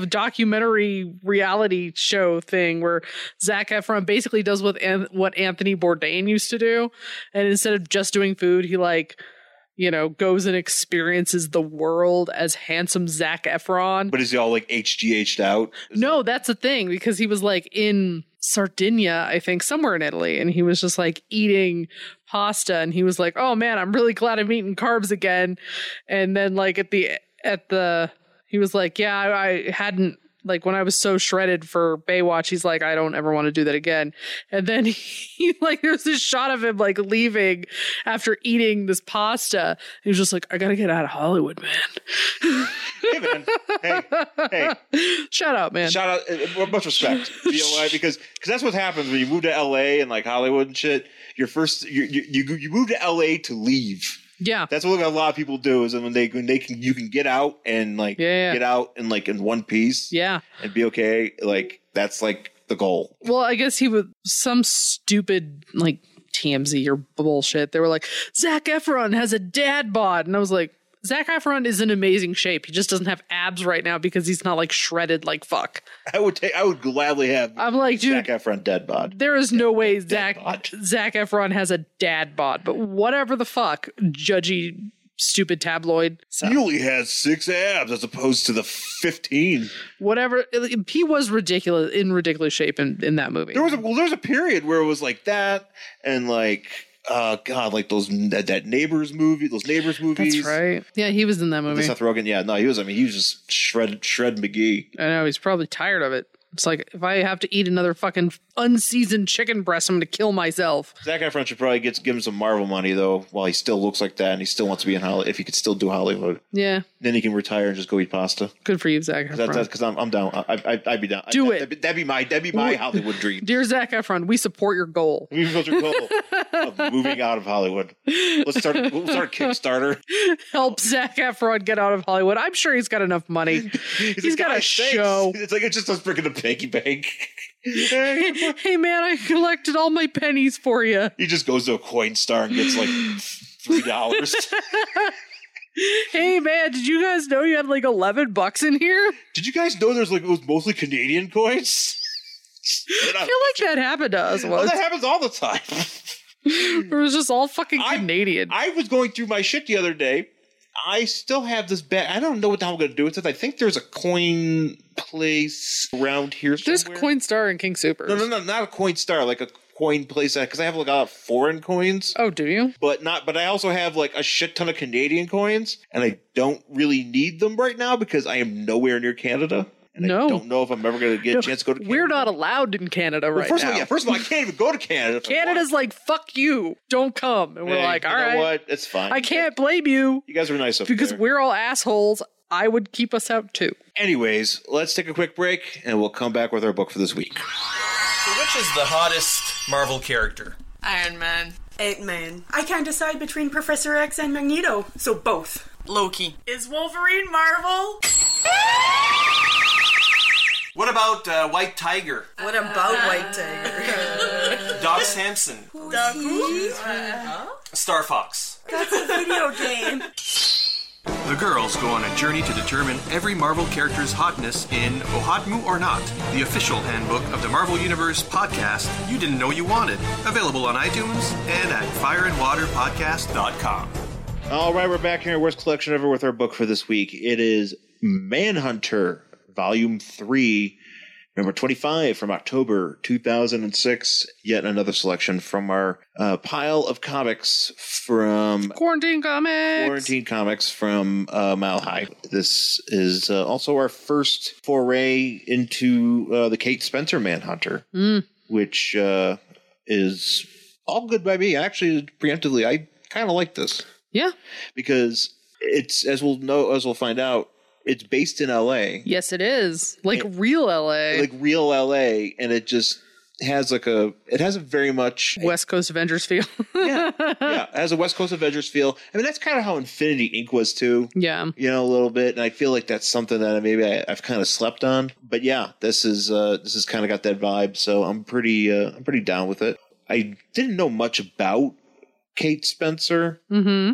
S1: documentary reality show thing where Zach Efron basically does what An- what Anthony Bourdain used to do, and instead of just doing food, he like you know goes and experiences the world as handsome Zach Efron.
S2: But is he all like HGH'd out?
S1: no, that's a thing because he was like in Sardinia, I think, somewhere in Italy, and he was just like eating pasta, and he was like, "Oh man, I'm really glad I'm eating carbs again." And then like at the at the he was like, "Yeah, I, I hadn't." Like when I was so shredded for Baywatch, he's like, I don't ever want to do that again. And then he like there's this shot of him like leaving after eating this pasta. He was just like, I gotta get out of Hollywood, man.
S2: Hey man, hey, hey.
S1: Shut up, man.
S2: Shout out, uh, uh, much respect, BOI, because because that's what happens when you move to LA and like Hollywood and shit. Your first, you you you, you move to LA to leave.
S1: yeah.
S2: That's what a lot of people do is when they when they can you can get out and like
S1: Yeah, yeah.
S2: get out and like in one piece
S1: Yeah.
S2: and be okay. Like that's like the goal.
S1: Well, I guess he was some stupid like TMZ or bullshit. They were like, Zach Efron has a dad bod. And I was like, Zach Efron is in amazing shape. He just doesn't have abs right now because he's not like shredded like fuck.
S2: I would take. I would gladly have
S1: I'm like, Uh, dude,
S2: Zac Efron dead bod.
S1: there is no way Zach
S2: bod.
S1: Zach Efron has a dad bod, but whatever the fuck, judgy stupid tabloid. So
S2: He only has six abs as opposed to the fifteen.
S1: whatever he was ridiculous in ridiculous shape in, in that movie.
S2: There was a well, there was a period where it was like that, and like uh God, like those that, that neighbors movie, those neighbors movies.
S1: That's right. Yeah, he was in that movie.
S2: The Seth Rogen, yeah, no, he was. I mean, he was just shred, shred McGee.
S1: I know he's probably tired of it. It's like if I have to eat another fucking unseasoned chicken breast, I'm going to kill myself.
S2: Zac Efron should probably get give him some Marvel money though, while he still looks like that and he still wants to be in Hollywood. If he could still do Hollywood,
S1: Yeah,
S2: then he can retire and just go eat pasta.
S1: good for you, Zach Efron.
S2: That's because I'm, I'm down. I, I, I'd be down.
S1: Do
S2: I,
S1: it.
S2: That'd be, that'd be my that'd be my Hollywood dream.
S1: Dear Zach Efron, we support your goal.
S2: We've built your goal of moving out of Hollywood. Let's start. We'll start a Kickstarter.
S1: Help Zach Efron get out of Hollywood. I'm sure he's got enough money. He's
S2: like,
S1: got a
S2: "Guys, thanks."
S1: show.
S2: It's like it's just us bringing the piggy bank. he
S1: hey man, I collected all my pennies for you.
S2: just goes to a coin star and gets like three dollars.
S1: Hey man, did you guys know you had like 11 bucks in here?
S2: Did you guys know there's like it was mostly Canadian coins? And
S1: I
S2: I-
S1: feel like that happened to us
S2: Oh,
S1: once.
S2: that happens all the time.
S1: It was just all fucking
S2: I-
S1: Canadian.
S2: I was going through my shit the other day. I still have this bag. I don't know what the hell I'm going to do with it. I think there's a coin place around here.
S1: There's
S2: somewhere.
S1: Coinstar and King Supers.
S2: No, no, no, not a coin star. Like a coin place because I have like a lot of foreign coins.
S1: Oh, do you?
S2: but not but I also have like a shit ton of Canadian coins and I don't really need them right now because I am nowhere near Canada. And I
S1: No.
S2: don't know if I'm ever gonna get
S1: No,
S2: a chance to go to Canada.
S1: We're not allowed in Canada
S2: Well,
S1: right
S2: first
S1: now.
S2: of all, yeah, first of all, I can't even go to Canada. if I
S1: Canada's like, fuck you, don't come. And
S2: want.
S1: we're
S2: Hey,
S1: like,
S2: you
S1: all
S2: know
S1: right,
S2: what? It's fine.
S1: I can't blame you
S2: You guys were nice up
S1: because
S2: there.
S1: we're all assholes. I would keep us out too.
S2: Anyways, let's take a quick break and we'll come back with our book for this week.
S3: So which is the hottest Marvel character?
S4: Iron Man.
S5: Ant Man.
S6: I can't decide between Professor X and Magneto, so both.
S4: Loki.
S5: Is Wolverine Marvel?
S3: What about uh, White Tiger?
S4: What about White Tiger?
S3: Doc Samson?
S4: Doc, who?
S3: Star Fox?
S6: That's a video game.
S3: The girls go on a journey to determine every Marvel character's hotness in Ohotmu or Not, the official handbook of the Marvel Universe podcast you didn't know you wanted. Available on iTunes and at fireandwaterpodcast.com.
S2: All right, we're back here. Worst collection ever with our book for this week. It is Manhunter, Volume 3, number 25 from October 2006. Yet another selection from our uh, pile of comics from
S1: Quarantine comics.
S2: Quarantine Comics from uh, Mile High. This is uh, also our first foray into uh, the Kate Spencer Manhunter, which uh, is all good by me. Actually, preemptively, I kind of like this
S1: Yeah.
S2: because it's as we'll know as we'll find out, it's based in L.A.
S1: Yes, it is. Like real LA.
S2: like real L.A. and it just has like a it has a very much
S1: West Coast Avengers feel.
S2: yeah it has a West Coast Avengers feel. I mean that's kind of how Infinity Ink was too.
S1: yeah.
S2: you know a little bit and i feel like that's something that I- maybe I, i've kind of slept on but yeah this is uh this has kind of got that vibe so i'm pretty uh i'm pretty down with it i didn't know much about kate spencer
S1: Mm-hmm.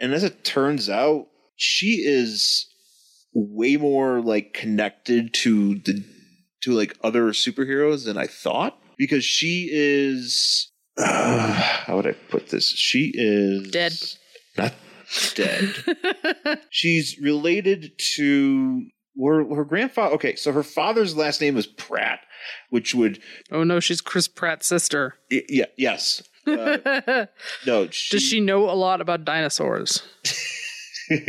S2: and as it turns out she is way more like connected to the to like other superheroes than i thought because she is uh, how would i put this she is
S1: Dead.
S2: not dead She's related to her, her grandfather. Okay, so her father's last name is Pratt, which would
S1: oh no, she's Chris Pratt's sister.
S2: y- yeah yes Uh, no she,
S1: Does she know a lot about dinosaurs?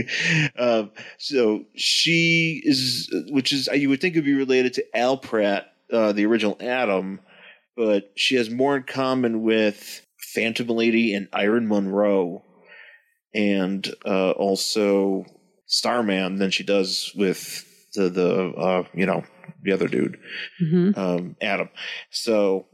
S2: um, so she is which is you would think would be related to Al Pratt, uh, the original Adam, but she has more in common with Phantom Lady and Iron Monroe, and uh, also Starman than she does with the the uh, you know the other dude.
S1: Mm-hmm.
S2: um, Adam. So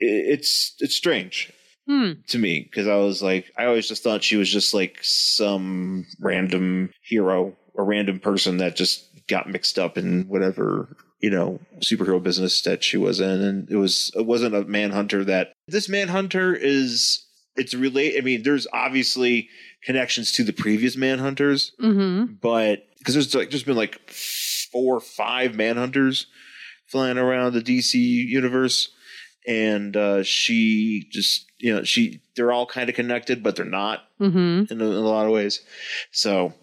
S2: i- it's it's strange
S1: Hmm.
S2: to me because I was like, I always just thought she was just like some random hero or random person that just got mixed up in whatever you know superhero business that she was in, and it was it wasn't a manhunter that this manhunter is. It's relate. I mean, there's obviously connections to the previous manhunters,
S1: Mm-hmm.
S2: but because there's like there's been like four or five manhunters flying around the DC universe, and uh, she just you know she they're all kind of connected, but they're not
S1: Mm-hmm.
S2: in a, in a lot of ways. So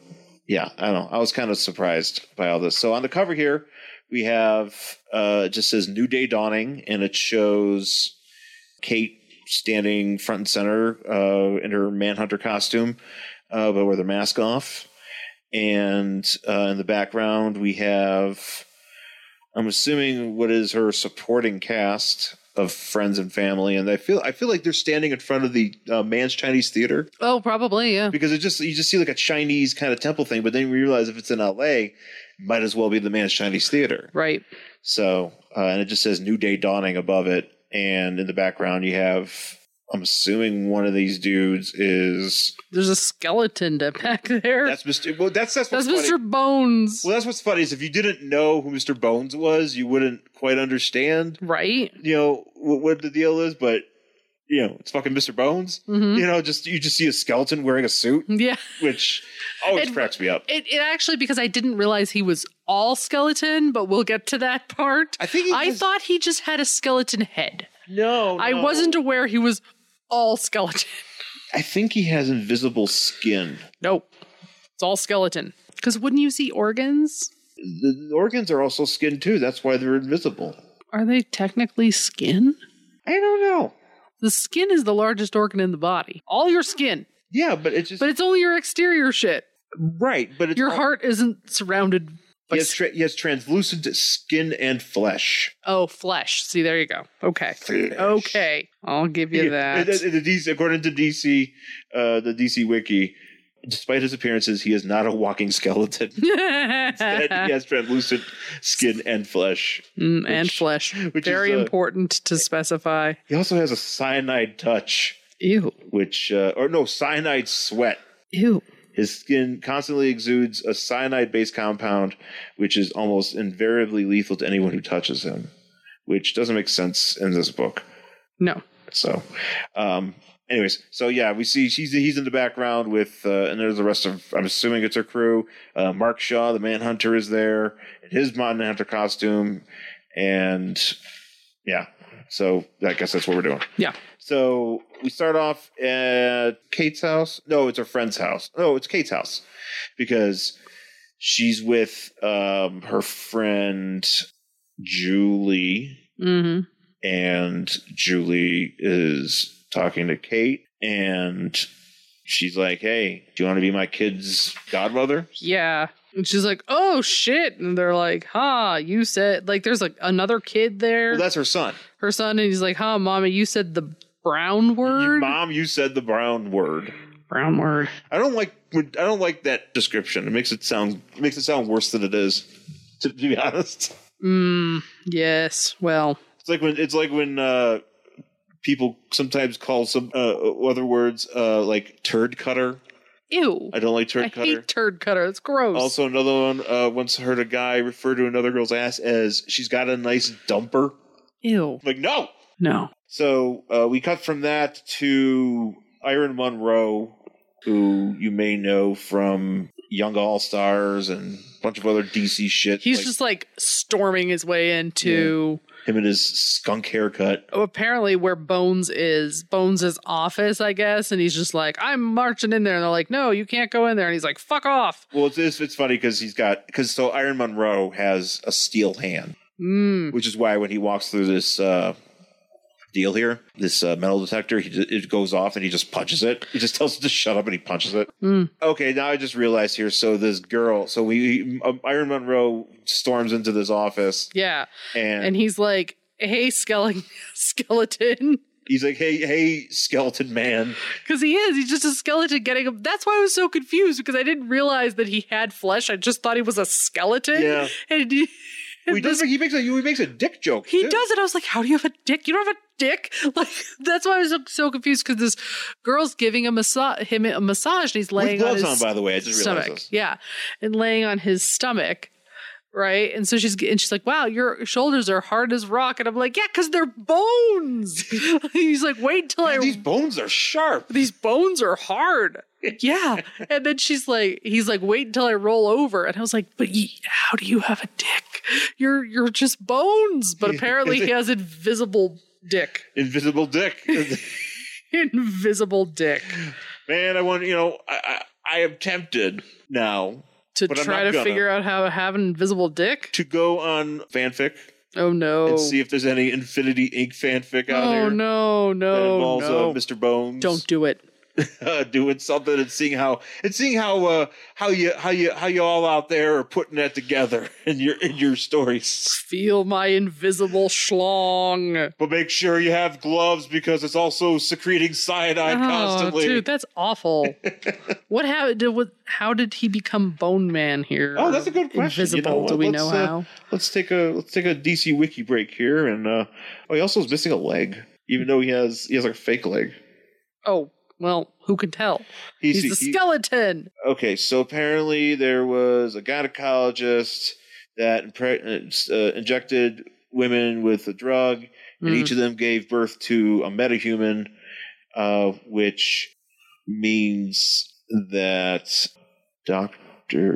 S2: yeah, I don't know. I was kind of surprised by all this. So on the cover here, we have uh, it just says "New Day Dawning," and it shows Kate standing front and center uh, in her Manhunter costume, uh, but with her mask off. And uh, in the background, we have, I'm assuming, what is her supporting cast of friends and family. And I feel I feel like they're standing in front of the uh, Man's Chinese Theater
S1: Oh, probably yeah.
S2: because it just you just see like a Chinese kind of temple thing, but then you realize if it's in L.A., might as well be the man's Chinese theater.
S1: Right.
S2: So, uh, and it just says "New Day Dawning" above it, and in the background you have, I'm assuming one of these dudes is
S1: There's a skeleton to back there. That's,
S2: that's Mr. Well, that's that's what's funny.
S1: Mr. Bones.
S2: Well, that's what's funny is if you didn't know who Mr. Bones was, you wouldn't quite understand,
S1: Right.
S2: you know, what, what the deal is. But you know, it's fucking Mr. Bones.
S1: Mm-hmm.
S2: You know, just you just see a skeleton wearing a suit,
S1: Yeah.
S2: which always
S1: And-
S2: cracks me up.
S1: It, it actually because I didn't realize he was all skeleton, but we'll get to that part.
S2: I think he
S1: I
S2: just-
S1: thought he just had a skeleton head.
S2: No,
S1: I
S2: no.
S1: wasn't aware he was all skeleton.
S2: I think he has invisible skin.
S1: Nope. It's all skeleton. Because wouldn't you see organs?
S2: The the organs are also skin too. That's why they're invisible.
S1: Are they technically skin?
S2: I don't know.
S1: The skin is the largest organ in the body. All your skin.
S2: Yeah, but it's just
S1: But it's only your exterior shit.
S2: right. But it's
S1: Your
S2: all-
S1: heart isn't surrounded by
S2: He has, tra- he has translucent skin and flesh.
S1: Oh, flesh. See, there you go. Okay. Okay. I'll give you that.
S2: And- and the DC, according to DC, uh, the DC Wiki, despite his appearances, he is not a walking skeleton. Instead, he has translucent skin and flesh.
S1: Mm, and flesh.
S2: which
S1: Very
S2: is, uh,
S1: important to specify.
S2: He also has a cyanide touch,
S1: Ew.
S2: which uh, or no cyanide sweat.
S1: Ew.
S2: His skin constantly exudes a cyanide based compound, which is almost invariably lethal to anyone who touches him, which doesn't make sense in this book.
S1: No.
S2: So, um, anyways, so yeah, we see she's he's in the background with, uh, and there's the rest of I'm assuming it's her crew. Uh, Mark Shaw, the Manhunter, is there in his Manhunter costume, and yeah, so I guess that's what we're doing.
S1: Yeah.
S2: So we start off at Kate's house. No, it's her friend's house. No, it's Kate's house because she's with um, her friend Julie
S1: Mm-hmm.
S2: and Julie is talking to Kate, and she's like, "Hey, do you want to be my kid's godmother?"
S1: Yeah. And she's like, oh shit. And they're like, huh, you said, like, there's like another kid there,
S2: Well, that's her son.
S1: her son, and he's like, huh, mommy, you said the brown
S2: You,
S1: word?
S2: Mom, you said the brown word.
S1: brown word.
S2: I don't like. I don't like that description. It makes it sound it makes it sound worse than it is. To, to be honest,
S1: Mm, yes. Well,
S2: it's like when it's like when uh, people sometimes call some uh, other words uh, like turd cutter.
S1: ew.
S2: I don't like turd
S1: I
S2: cutter.
S1: hate turd cutter. It's gross.
S2: Also, another one uh, once heard a guy refer to another girl's ass as she's got a nice dumper.
S1: ew.
S2: Like, no.
S1: No.
S2: So uh, we cut from that to Iron Monroe, who you may know from Young All Stars and a bunch of other DC shit.
S1: He's
S2: like
S1: just like storming his way into
S2: him and his skunk haircut.
S1: oh, apparently where Bones is, Bones' office, I guess. And he's just like, I'm marching in there. And they're like, no, you can't go in there. And he's like, fuck off.
S2: Well, it's it's, it's funny because he's got because so Iron Monroe has a steel hand,
S1: Mm.
S2: which is why when he walks through this. Uh, Deal here. This uh, metal detector, he, ju- it goes off and he just punches it. He just tells it to shut up and he punches it.
S1: Mm.
S2: Okay, now I just realized here. So this girl, so we um, Iron Monroe storms into this office,
S1: Yeah.
S2: and,
S1: And he's like, hey, skeleton. skeleton.
S2: he's like, "Hey, hey, skeleton man!"
S1: Because he is. He's just a skeleton getting him. That's why I was so confused because I didn't realize that he had flesh. I just thought he was a skeleton.
S2: Yeah.
S1: And he,
S2: He does. He makes a he makes a dick joke.
S1: He
S2: too.
S1: does it. I was like, how do you have a dick? You don't have a dick. Like that's why I was so- so confused because this girl's giving a massa- him a massage and he's
S2: with
S1: laying on
S2: gloves
S1: his
S2: on, by the way. I just realized
S1: stomach.
S2: this.
S1: Yeah, and laying on his stomach. Right, and so she's and she's like, "Wow, your shoulders are hard as rock," and I'm like, "Yeah, because they're bones." he's like, "Wait till I
S2: These bones are sharp.
S1: these bones are hard. Yeah. And then she's like, he's like, wait until I roll over. And I was like, but ye, how do you have a dick? You're you're just bones. But apparently he has invisible dick.
S2: Invisible dick.
S1: Invisible dick.
S2: man, I want you know. I, I I am tempted now
S1: To
S2: But I'm
S1: try
S2: not
S1: to
S2: gonna.
S1: figure out how to have an invisible dick.
S2: to go on fanfic
S1: Oh no.
S2: and see if there's any Infinity Inc. fanfic out
S1: oh
S2: there
S1: no,
S2: that
S1: no,
S2: involves
S1: no.
S2: uh, Mr. Bones.
S1: Don't do it.
S2: uh, doing something and seeing how and seeing how uh, how you how you how you all out there are putting that together in your in your stories.
S1: Feel my invisible schlong.
S2: But make sure you have gloves because it's also secreting cyanide constantly.
S1: Oh, dude, that's awful. what happened? Did, what, how did he become Bone Man here?
S2: Oh, that's a good question. You
S1: Invisible?
S2: know
S1: Do
S2: what?
S1: we
S2: Let's,
S1: know
S2: uh,
S1: how?
S2: Let's take a let's take a DC wiki break here and uh, oh he also is missing a leg even though he has he has like a fake leg.
S1: Oh, well, who can tell? He's the
S2: he-
S1: skeleton.
S2: okay, so apparently there was a gynecologist that impre- uh, injected women with a drug, and
S1: Mm.
S2: each of them gave birth to a metahuman, uh, which means that Doctor.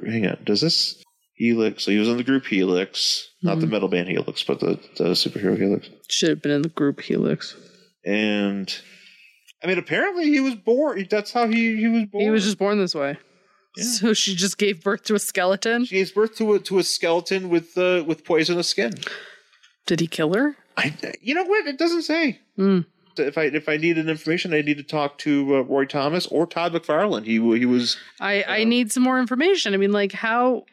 S2: Hang on, does this Helix? So he was in the group Helix, not the
S1: Mhm.
S2: metal band Helix, but the, the superhero Helix,
S1: Should have been in the group Helix.
S2: and. I mean, apparently he was born. That's how he, he was born.
S1: He was just born this way.
S2: Yeah.
S1: So she just gave birth to a skeleton.
S2: She gives birth to a to a skeleton with uh, with poisonous skin.
S1: Did he kill her?
S2: I, you know what? It doesn't say.
S1: Hmm.
S2: If I if I needed information, I need to talk to uh, Roy Thomas or Todd McFarlane. He wa- he was
S1: I, I
S2: Uh,
S1: need some more information. I mean, like, how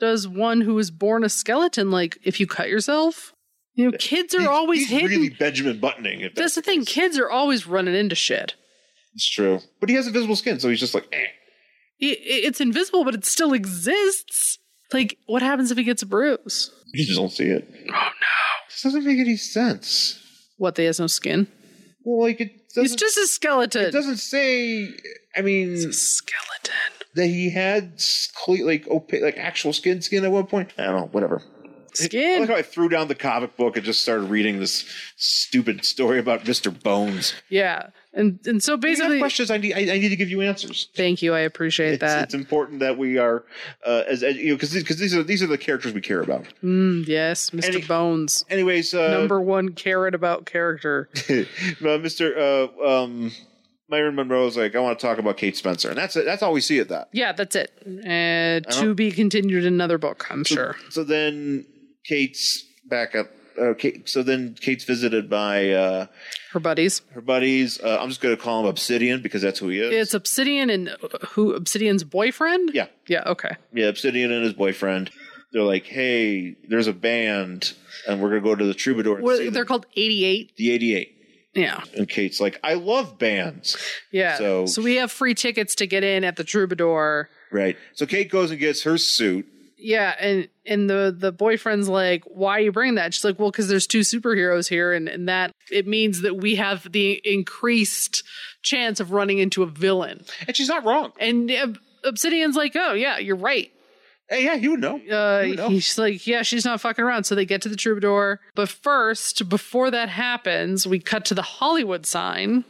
S1: does one who is born a skeleton, like, if you cut yourself? You know, kids
S2: he's-
S1: are always
S2: he's
S1: hidden.
S2: Really Benjamin Buttoning. If
S1: That's
S2: that's,
S1: the thing. Kids are always running into shit.
S2: true, but he has invisible skin, so he's just like, eh.
S1: I- i- it's invisible, but it still exists. Like, what happens if he gets a bruise?
S2: you just don't see it. Oh no! This doesn't make any sense.
S1: What? They has no skin.
S2: Well, like it
S1: He's
S2: doesn't.
S1: just a skeleton.
S2: it doesn't say. I mean,
S1: It's a skeleton.
S2: that he had s- cle- like opa- like actual skin skin at one point. I don't know, whatever. I like
S1: Skin.
S2: how I threw down the comic book and just started reading this stupid story about Mr. Bones.
S1: Yeah. And and so
S2: These are
S1: basically
S2: questions I need. I, I need to give you answers.
S1: thank you. I appreciate
S2: It's,
S1: that.
S2: it's important that we are, uh, as, as you know, because because these are these are the characters we care about.
S1: Mm, yes, Mr.
S2: Any-
S1: Bones.
S2: Anyways, uh,
S1: Number one carrot about character.
S2: uh, Mr. Uh, um, Myron Monroe's like, I want to talk about Kate Spencer, and that's it. That's all we see at that.
S1: Yeah, that's it. Uh, to be continued in another book, I'm sure.
S2: So then Kate's back up. Uh, Kate, so then Kate's visited by uh,
S1: Her buddies.
S2: her buddies. Uh, I'm just going to call him Obsidian because that's who he is.
S1: It's Obsidian and uh, who? Obsidian's boyfriend?
S2: yeah,
S1: Yeah, okay.
S2: yeah. Obsidian and his boyfriend. They're like, hey, there's a band, and we're going to go to the Troubadour. And
S1: Well,
S2: see
S1: they're
S2: them.
S1: called 88.
S2: the 88.
S1: Yeah.
S2: And Kate's like, I love bands.
S1: Yeah.
S2: So-
S1: So, we have free tickets to get in at the Troubadour.
S2: Right. So Kate goes and gets her suit.
S1: Yeah, and and the the boyfriend's like, "Why you bring that?" She's like, "Well, because there's two superheroes here, and and that it means that we have the increased chance of running into a villain."
S2: And she's not wrong.
S1: And Ob- Obsidian's like, "Oh yeah, you're right."
S2: Hey, yeah, you would know.
S1: Uh,
S2: You know.
S1: he's like, yeah, she's not fucking around. So they get to the troubadour. But first, before that happens, we cut to the Hollywood sign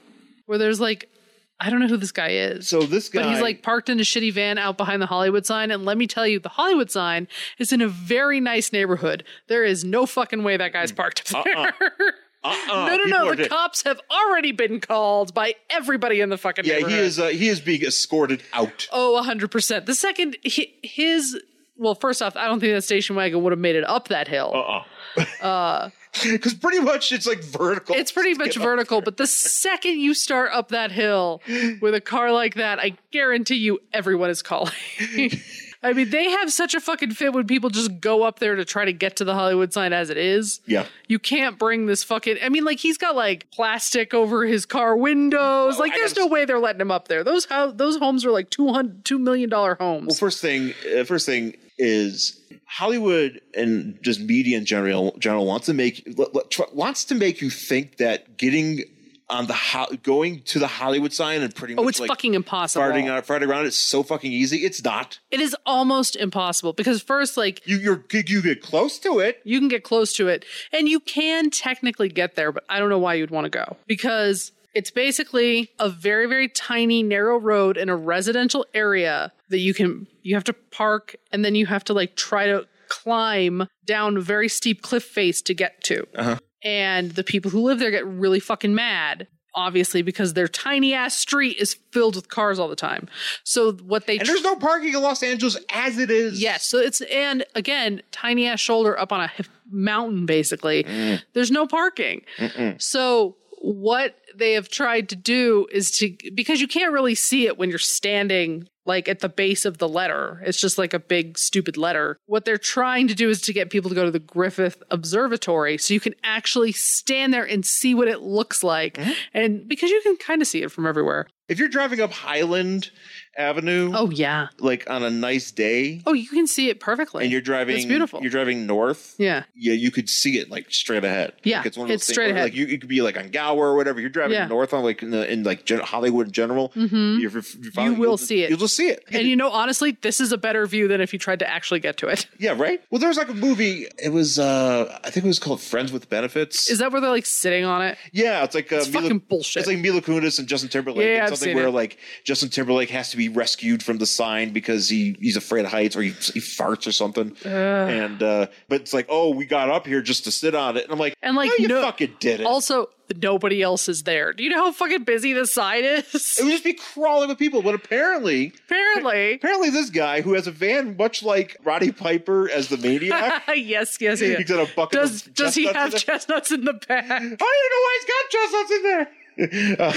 S1: where there's like, I don't know who this guy is.
S2: So this guy.
S1: but he's like parked in a shitty van out behind the Hollywood sign. And let me tell you, the Hollywood sign is in a very nice neighborhood. There is no fucking way that guy's parked up there.
S2: Mm. uh-uh,
S1: no, no,
S2: people
S1: no.
S2: are
S1: The
S2: dead.
S1: cops have already been called by everybody in the fucking
S2: Yeah,
S1: neighborhood.
S2: he is. Uh, he is being escorted out.
S1: Oh, 100%. The second, hi- his, well, first off, I don't think that station wagon would have made it up that hill.
S2: Uh-uh. Because pretty much it's like vertical.
S1: It's pretty much vertical, but the second you start up that hill with a car like that, I guarantee you everyone is calling. I mean, they have such a fucking fit when people just go up there to try to get to the Hollywood sign as it is.
S2: Yeah.
S1: You can't bring this fucking. I mean, like he's got like plastic over his car windows. like,
S2: Oh, I
S1: there's
S2: gotta-
S1: no way they're letting him up there. Those how those homes are like two hundred two million dollar
S2: Well,
S1: homes.
S2: first thing. Uh, first thing is Hollywood and just media in general general wants to make l- l- tr- wants to make you think that getting on the ho- going to the Hollywood sign and pretty much
S1: oh, it's
S2: like
S1: fucking impossible.
S2: farting on farting around is so fucking easy. It's not.
S1: It is almost impossible because first, like
S2: You you're, you get close to it.
S1: You can get close to it. And you can technically get there, but I don't know why you'd want to go because it's basically a very, very tiny, narrow road in a residential area that you can, you have to park and then you have to like try to climb down a very steep cliff face to get to.
S2: Uh-huh.
S1: And the people who live there get really fucking mad. Obviously, because their tiny ass street is filled with cars all the time. So what they
S2: And there's no parking in Los Angeles as it is.
S1: Yes. So it's, and again, tiny ass shoulder up on a h- mountain, basically. There's no parking. So what they have tried to do is to, because you can't really see it when you're standing like at the base of the letter, it's just like a big, stupid letter. What they're trying to do is to get people to go to the Griffith Observatory so you can actually stand there and see what it looks like.
S2: Mm-hmm.
S1: And because you can kind of see it from everywhere.
S2: If you're driving up Highland Avenue,
S1: Oh, yeah.
S2: like on a nice day,
S1: Oh, you can see it perfectly.
S2: and you're driving,
S1: It's beautiful.
S2: You're driving north.
S1: yeah.
S2: yeah, you could see it like straight ahead.
S1: Yeah,
S2: like, it's one of those
S1: it's
S2: things.
S1: straight
S2: where,
S1: ahead.
S2: Like you, you could be like on Gower or whatever. You're driving
S1: Yeah. Mm-hmm.
S2: north on like in, the, in like gen- Hollywood in general. You're, you're following-
S1: will
S2: you'll-
S1: see it.
S2: You'll just see it.
S1: And you know, honestly, this is a better view than if you tried to actually get to it.
S2: yeah, right. Well, there's like a movie. It was uh I think it was called Friends with Benefits.
S1: Is that where they're like sitting on it?
S2: yeah, it's like uh,
S1: It's fucking bullshit.
S2: It's like Mila Kunis and Justin Timberlake.
S1: Yeah, yeah,
S2: it's
S1: I've
S2: something
S1: seen
S2: where
S1: it.
S2: like Justin Timberlake has to be rescued from the sign because he he's afraid of heights or he, he farts or something. and uh but it's like, oh, we got up here just to sit on it, and I'm like,
S1: And, like,
S2: no, you
S1: no-
S2: fucking did it.
S1: Also, nobody else is there. Do you know how fucking busy this side is?
S2: It would just be crawling with people. But apparently,
S1: Apparently.
S2: apparently, this guy who has a van, much like Roddy Piper as the maniac,
S1: yes, yes, yes.
S2: he's got a bucket.
S1: Does
S2: of
S1: does he have
S2: chestnuts
S1: chestnuts in
S2: in there.
S1: the back?
S2: I don't even know why he's got chestnuts in there. Uh,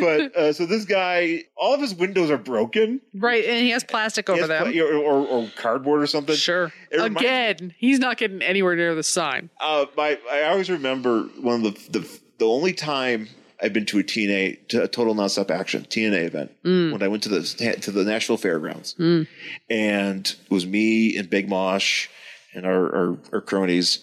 S2: but uh, so this guy, all of his windows are broken,
S1: Right, and he has plastic
S2: He
S1: over
S2: has
S1: them.
S2: pla- or, or, or cardboard or something.
S1: sure.
S2: It reminds-
S1: Again, he's not getting anywhere near the sign.
S2: Uh, my, I always remember one of the the, the only time. I've been to a TNA, to a total nonstop action TNA event when I went to the to the Nashville Fairgrounds, and it was me and Big Mosh and our our, our cronies,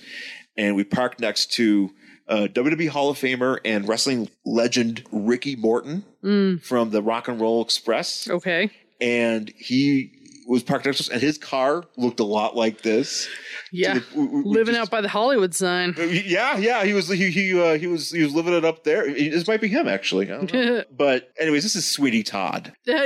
S2: and we parked next to uh, WWE Hall of Famer and
S1: Oh.
S2: wrestling legend Ricky Morton from the Rock and Roll Express,
S1: Okay.
S2: and he was parked next to us, and his car looked a lot like this.
S1: Yeah.
S2: we- we- we
S1: Living
S2: just-
S1: out by the Hollywood sign.
S2: Yeah, yeah, he was he he uh, he was he was living it up there. This might be him actually. I don't know. but anyways, this is Sweetie Todd.
S1: Uh,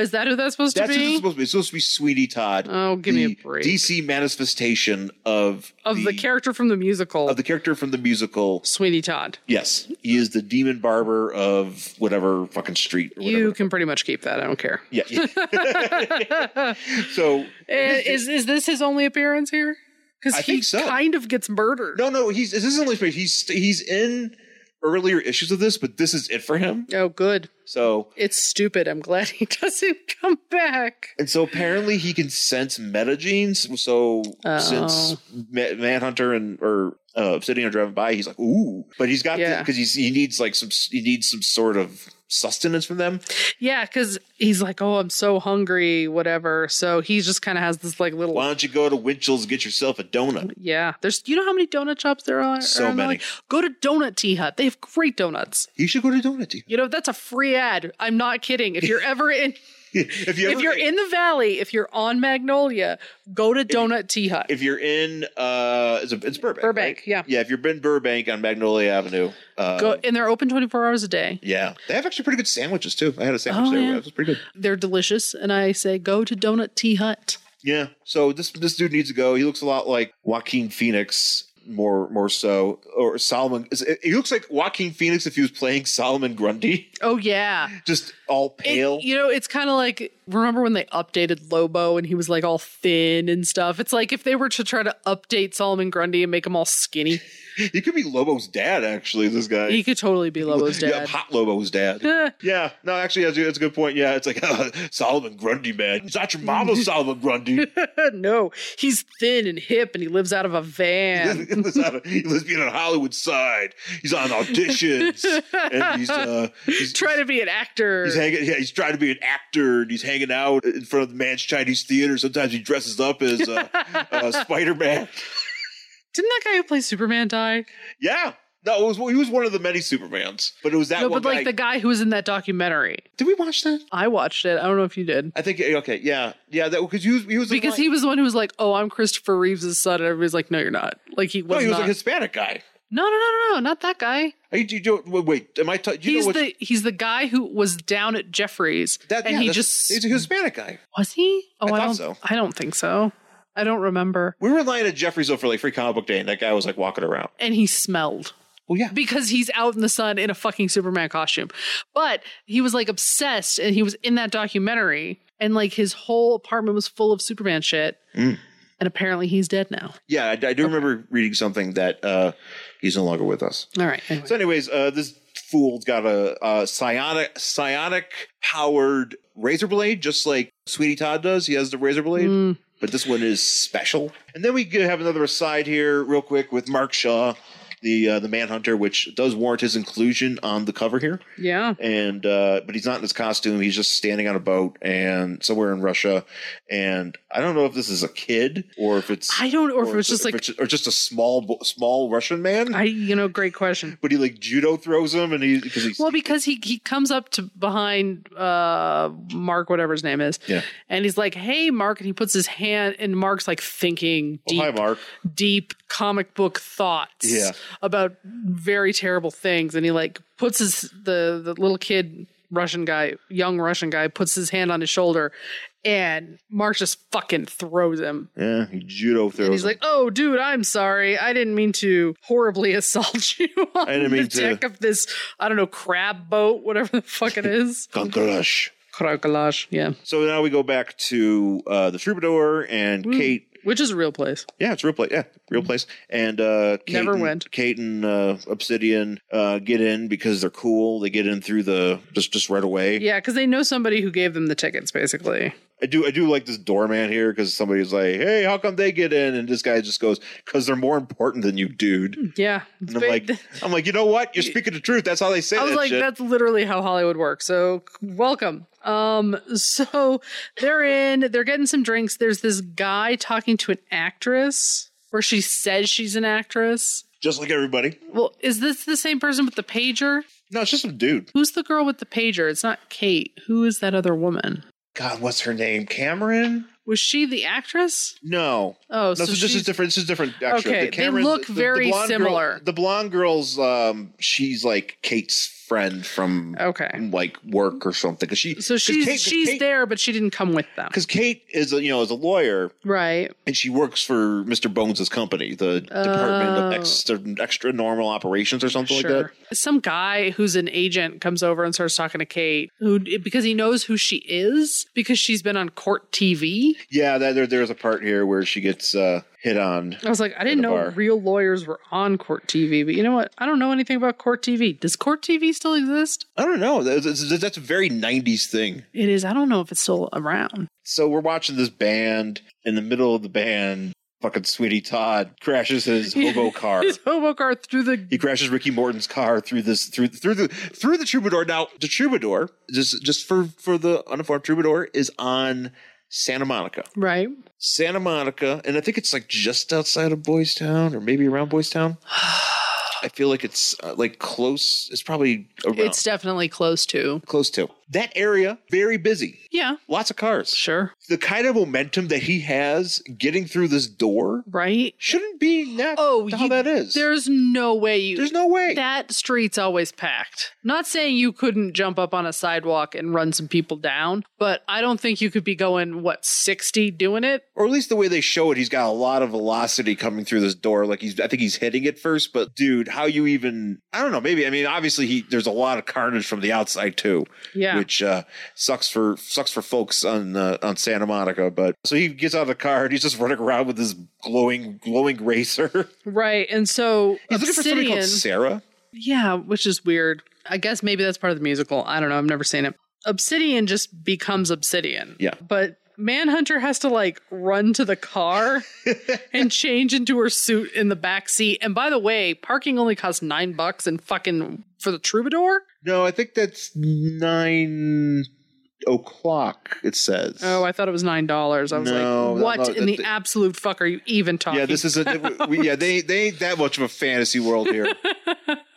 S1: Is that who that's supposed
S2: That's
S1: to
S2: who it's
S1: be?
S2: supposed to be. It's supposed to be Sweetie Todd.
S1: Oh, give me a
S2: the
S1: break.
S2: DC manifestation of
S1: of the, character from the musical,
S2: of the character from the musical.
S1: Sweeney Todd.
S2: Yes, he is the demon barber of whatever fucking street. Or whatever.
S1: You can pretty much keep that. I don't care.
S2: Yeah. so
S1: Eh, Is is this his only appearance here? Because
S2: I
S1: he
S2: think so.
S1: kind of gets murdered.
S2: no, no, he's this isn't only space. He's he's in earlier issues of this, but this is it for him.
S1: Oh, good.
S2: So
S1: It's stupid. I'm glad he doesn't come back.
S2: and so apparently he can sense meta genes. So
S1: Oh.
S2: since Ma- Manhunter and or uh, Obsidian are driving by, he's like ooh, but he's got
S1: Yeah.
S2: because he's he needs like some he needs some sort of sustenance from them.
S1: Yeah, because he's like, oh, I'm so hungry, whatever. So he just kind of has this like little.
S2: Why don't you go to Winchell's and get yourself a donut?
S1: Yeah, there's. You know how many donut shops there are?
S2: So
S1: are in LA?
S2: many.
S1: Go to Donut Tea Hut. They have great donuts.
S2: You should go to Donut Tea.
S1: You know that's a free ad. I'm not kidding. If you're ever in,
S2: if you
S1: if
S2: ever-
S1: you're in the valley, if you're on Magnolia, go to Donut Tea Hut.
S2: if you're in uh it's, it's Burbank.
S1: Burbank,
S2: right?
S1: yeah.
S2: Yeah, if you've been Burbank on Magnolia Avenue. Uh
S1: go and they're open 24 hours a day.
S2: yeah. They have actually pretty good sandwiches too. I had a sandwich
S1: Oh,
S2: there.
S1: yeah.
S2: It was pretty good.
S1: They're delicious, and I say go to Donut Tea Hut.
S2: Yeah. So this this dude needs to go. He looks a lot like Joaquin Phoenix more more so or Solomon is- he looks like Joaquin Phoenix if he was playing Solomon Grundy.
S1: Oh yeah,
S2: Just all
S1: It-
S2: pale.
S1: you know, it's kind of like remember when they updated Lobo and he was like all thin and stuff. It's like if they were to try to update Solomon Grundy and make him all skinny,
S2: he could be Lobo's dad actually, this guy.
S1: he could totally be Lobo's
S2: Yeah,
S1: dad.
S2: hot Lobo's dad. yeah, no, actually, that's, a- that's a good point. Yeah, it's like uh, Solomon Grundy, man. It's not your mama, Solomon Grundy.
S1: no, he's thin and hip and he lives out of a van.
S2: He lives out of- he lives being on Hollywood side. He's on auditions, and he's uh, he's,
S1: Trying to be an actor.
S2: he's hanging. Yeah, he's trying to be an actor, and he's hanging out in front of the man's Chinese theater. Sometimes he dresses up as uh, uh, Spider Man.
S1: Didn't that guy who plays Superman die?
S2: Yeah, no, it was he was one of the many Supermans, but it was that
S1: no,
S2: one
S1: but like
S2: guy.
S1: the guy who was in that documentary.
S2: Did we watch that?
S1: I watched it. I don't know if you did.
S2: I think okay, yeah, yeah, that because he was he was the
S1: Because
S2: one-
S1: he was the one who was like, "Oh, I'm Christopher Reeves' son," and everybody's like, "No, you're not." Like he was,
S2: no, he was
S1: not.
S2: like Hispanic guy.
S1: no, no, no, no, no, not that guy.
S2: Are you, do you, do- wait, wait, am I? T- do you
S1: he's
S2: know what?
S1: the he's the guy who was down at Jeffrey's,
S2: That,
S1: and
S2: yeah,
S1: he
S2: that's-
S1: just
S2: he's a Hispanic guy.
S1: was he. Oh, I,
S2: I thought
S1: don't.
S2: so.
S1: I don't think so. I don't remember.
S2: We were lying at Jeffrey's though for like free comic book day, and that guy was like walking around.
S1: And he smelled
S2: Well, yeah,
S1: because he's out in the sun in a fucking Superman costume. But he was like obsessed, and he was in that documentary, and like his whole apartment was full of Superman shit.
S2: Mm.
S1: And apparently, he's dead now.
S2: yeah. I, I do remember reading something that uh, he's no longer with us.
S1: All right. anyway.
S2: So, anyways, uh, this fool's got a, uh psionic psionic powered razor blade, just like Sweetie Todd does. He has the razor blade.
S1: Mm.
S2: But this one is special. And then we g- have another aside here, real quick, with Mark Shaw, the uh, the Manhunter, which does warrant his inclusion on the cover here.
S1: yeah.
S2: and uh, but he's not in his costume. He's just standing on a boat and somewhere in Russia. And I don't know if this is a kid or if it's
S1: I don't, or if it was just like,
S2: or just a small bo- small Russian man.
S1: I, you know, great question.
S2: but he like judo throws him, and he because he's
S1: Well, because he he comes up to behind uh Mark, whatever his name is,
S2: Yeah.
S1: and he's like, "Hey, Mark," and he puts his hand, and Mark's like thinking
S2: Oh,
S1: deep,
S2: hi Mark.
S1: deep comic book thoughts
S2: Yeah.
S1: about very terrible things, and he like puts his the the little kid Russian guy, young Russian guy, puts his hand on his shoulder, and Mark just fucking throws him.
S2: Yeah, he judo throws.
S1: And he's
S2: him.
S1: like, "Oh, dude, I'm sorry. I didn't mean to horribly assault you on
S2: I didn't mean
S1: the
S2: to-
S1: deck of this, I don't know, crab boat, whatever the fuck it is."
S2: Kankarash.
S1: Krakalash, yeah,
S2: So now we go back to uh, the troubadour and
S1: Mm.
S2: Kate.
S1: which is a real place.
S2: Yeah, it's a real place. Yeah, real place. And uh, Kate
S1: Mm. Never
S2: and,
S1: went.
S2: Kate and uh, Obsidian uh, get in because they're cool. They get in through the just just right away.
S1: Yeah, because they know somebody who gave them the tickets, basically.
S2: I do I do like this doorman here because somebody's like, "Hey, how come they get in?" And this guy just goes, "Cause they're more important than you, dude."
S1: Yeah,
S2: And I'm like, I'm like, you know what? You're speaking the truth. That's how they say
S1: I was
S2: that
S1: like,
S2: shit.
S1: that's literally how Hollywood works. So welcome. Um, so they're in, they're getting some drinks. There's this guy talking to an actress, where she says she's an actress.
S2: just like everybody.
S1: Well, is this the same person with the pager?
S2: No, it's just some dude.
S1: Who's the girl with the pager? It's not Kate. Who is that other woman?
S2: God, what's her name? Cameron?
S1: Was she the actress?
S2: No.
S1: Oh,
S2: No,
S1: so
S2: so this is
S1: she's-
S2: different. This is different. Actually,
S1: Okay, they look very
S2: blonde girl-
S1: similar.
S2: the blonde girl's, um, she's like Kate's friend from
S1: Okay.
S2: like work or something. 'Cause she,
S1: So
S2: 'cause
S1: she's
S2: Kate- 'cause
S1: she's
S2: Kate,
S1: there, but she didn't come with them.
S2: because Kate is a, you know is a lawyer
S1: Right.
S2: and she works for Mr. Bones' company, the Department of Extra, Extra Normal Operations or something like
S1: Oh. Sure.
S2: that.
S1: Some guy who's an agent comes over and starts talking to Kate, who because he knows who she is because she's been on court TV.
S2: Yeah, that, there, there's a part here where she gets uh, hit on.
S1: I was like, I didn't
S2: the
S1: know
S2: bar.
S1: real lawyers were on court TV, but you know what? I don't know anything about court TV. Does court TV still exist?
S2: I don't know. That's, that's- that's a very 90s thing.
S1: It is. I don't know if it's still around.
S2: So we're watching this band. In the middle of the band, fucking Sweetie Todd crashes his hobo car.
S1: His hobo car through the
S2: He crashes Ricky Morton's car through this through through the through the troubadour. Now the troubadour, just just for for the uninformed troubadour, is on Santa Monica.
S1: right.
S2: Santa Monica, and I think it's like just outside of Boys Town or maybe around Boys Town. I feel like it's uh, like close. It's probably around
S1: It's definitely close to.
S2: close to that area. Very busy.
S1: Yeah.
S2: Lots of cars.
S1: Sure.
S2: The kind of momentum that he has getting through this door
S1: Right.
S2: shouldn't be that.
S1: Oh,
S2: how
S1: you-
S2: that is.
S1: There's no way you.
S2: There's no way.
S1: That street's always packed. Not saying you couldn't jump up on a sidewalk and run some people down, but I don't think you could be going, what, 60 doing it?
S2: or at least the way they show it, he's got a lot of velocity coming through this door. Like he's, I think he's hitting it first. But dude, how you even? I don't know. Maybe I mean, obviously he. There's a lot of carnage from the outside too,
S1: Yeah.
S2: which uh, sucks for sucks for folks on uh, on Santa Monica. But so he gets out of the car and he's just running around with his glowing glowing racer.
S1: right. And so,
S2: he's looking for somebody
S1: Obsidian.
S2: called Sarah.
S1: Yeah, which is weird. I guess maybe that's part of the musical. I don't know. I've never seen it. Obsidian just becomes Obsidian.
S2: Yeah.
S1: But Manhunter has to like run to the car and change into her suit in the back seat. And by the way, parking only costs nine bucks and fucking for the troubadour.
S2: No, I think that's nine o'clock. It says.
S1: Oh, I thought it was nine dollars. I was
S2: No,
S1: like, what
S2: no,
S1: in the
S2: that-
S1: absolute fuck are you even talking?
S2: Yeah, this isn't. We, yeah, they they ain't that much of a fantasy world here.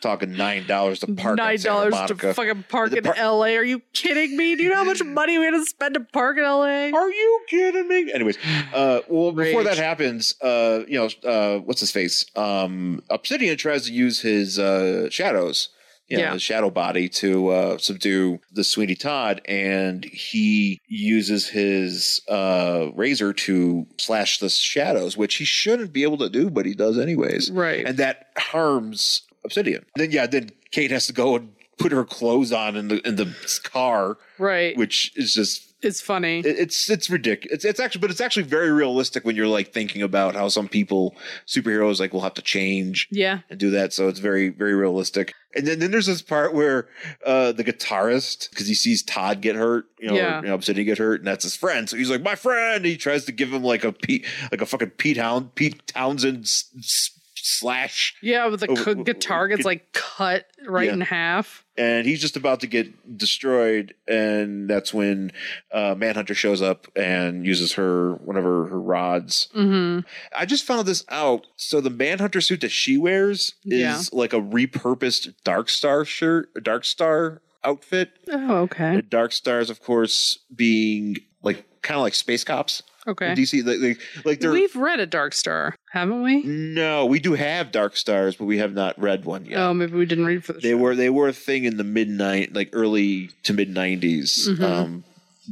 S2: Talking nine dollars to park.
S1: Nine dollars to
S2: fuck.
S1: fucking park
S2: The
S1: in
S2: par-
S1: L.A. Are you kidding me? Do you know how much money we had to spend to park in L.A.?
S2: Are you kidding me? Anyways, uh, well, before
S1: Rage.
S2: that happens, uh, you know, uh, what's his face? Um, Obsidian tries to use his uh, shadows, you know,
S1: Yeah.
S2: his shadow body to uh, subdue the Sweeney Todd, and he uses his uh, razor to slash the shadows, which he shouldn't be able to do, but he does anyways.
S1: Right.
S2: and that harms Obsidian. Then yeah, then Kate has to go and put her clothes on in the in the car,
S1: Right.
S2: which is just
S1: it's funny.
S2: it- it's it's ridiculous. It's, it's actually, but it's actually very realistic when you're like thinking about how some people superheroes like will have to change
S1: yeah.
S2: and do that. So it's very very realistic. And then, then there's this part where uh, the guitarist because he sees Todd get hurt, you know,
S1: Yeah.
S2: or, you know, Obsidian get hurt, and that's his friend. So he's like my friend. He tries to give him like a Pete like a fucking Pete Hound Pete Townsend s- s- slash
S1: Yeah, with the
S2: Oh,
S1: cu-
S2: oh,
S1: guitar
S2: oh,
S1: gets
S2: could-
S1: like cut right
S2: Yeah.
S1: in half.
S2: and he's just about to get destroyed and that's when uh, manhunter shows up and uses her one of her, her rods
S1: Mm-hmm.
S2: i just found this out so the manhunter suit that she wears is
S1: Yeah.
S2: like a repurposed dark star shirt dark star outfit
S1: Oh, okay.
S2: and dark stars of course being like kind of like space cops in
S1: Okay.
S2: dc like, like, like they're
S1: We've read a Dark Star, haven't we?
S2: no we do have dark stars but we have not read one yet
S1: Oh, maybe we didn't read for the
S2: they were they were a thing in the mid nine like early to mid 90s
S1: Mm-hmm.
S2: um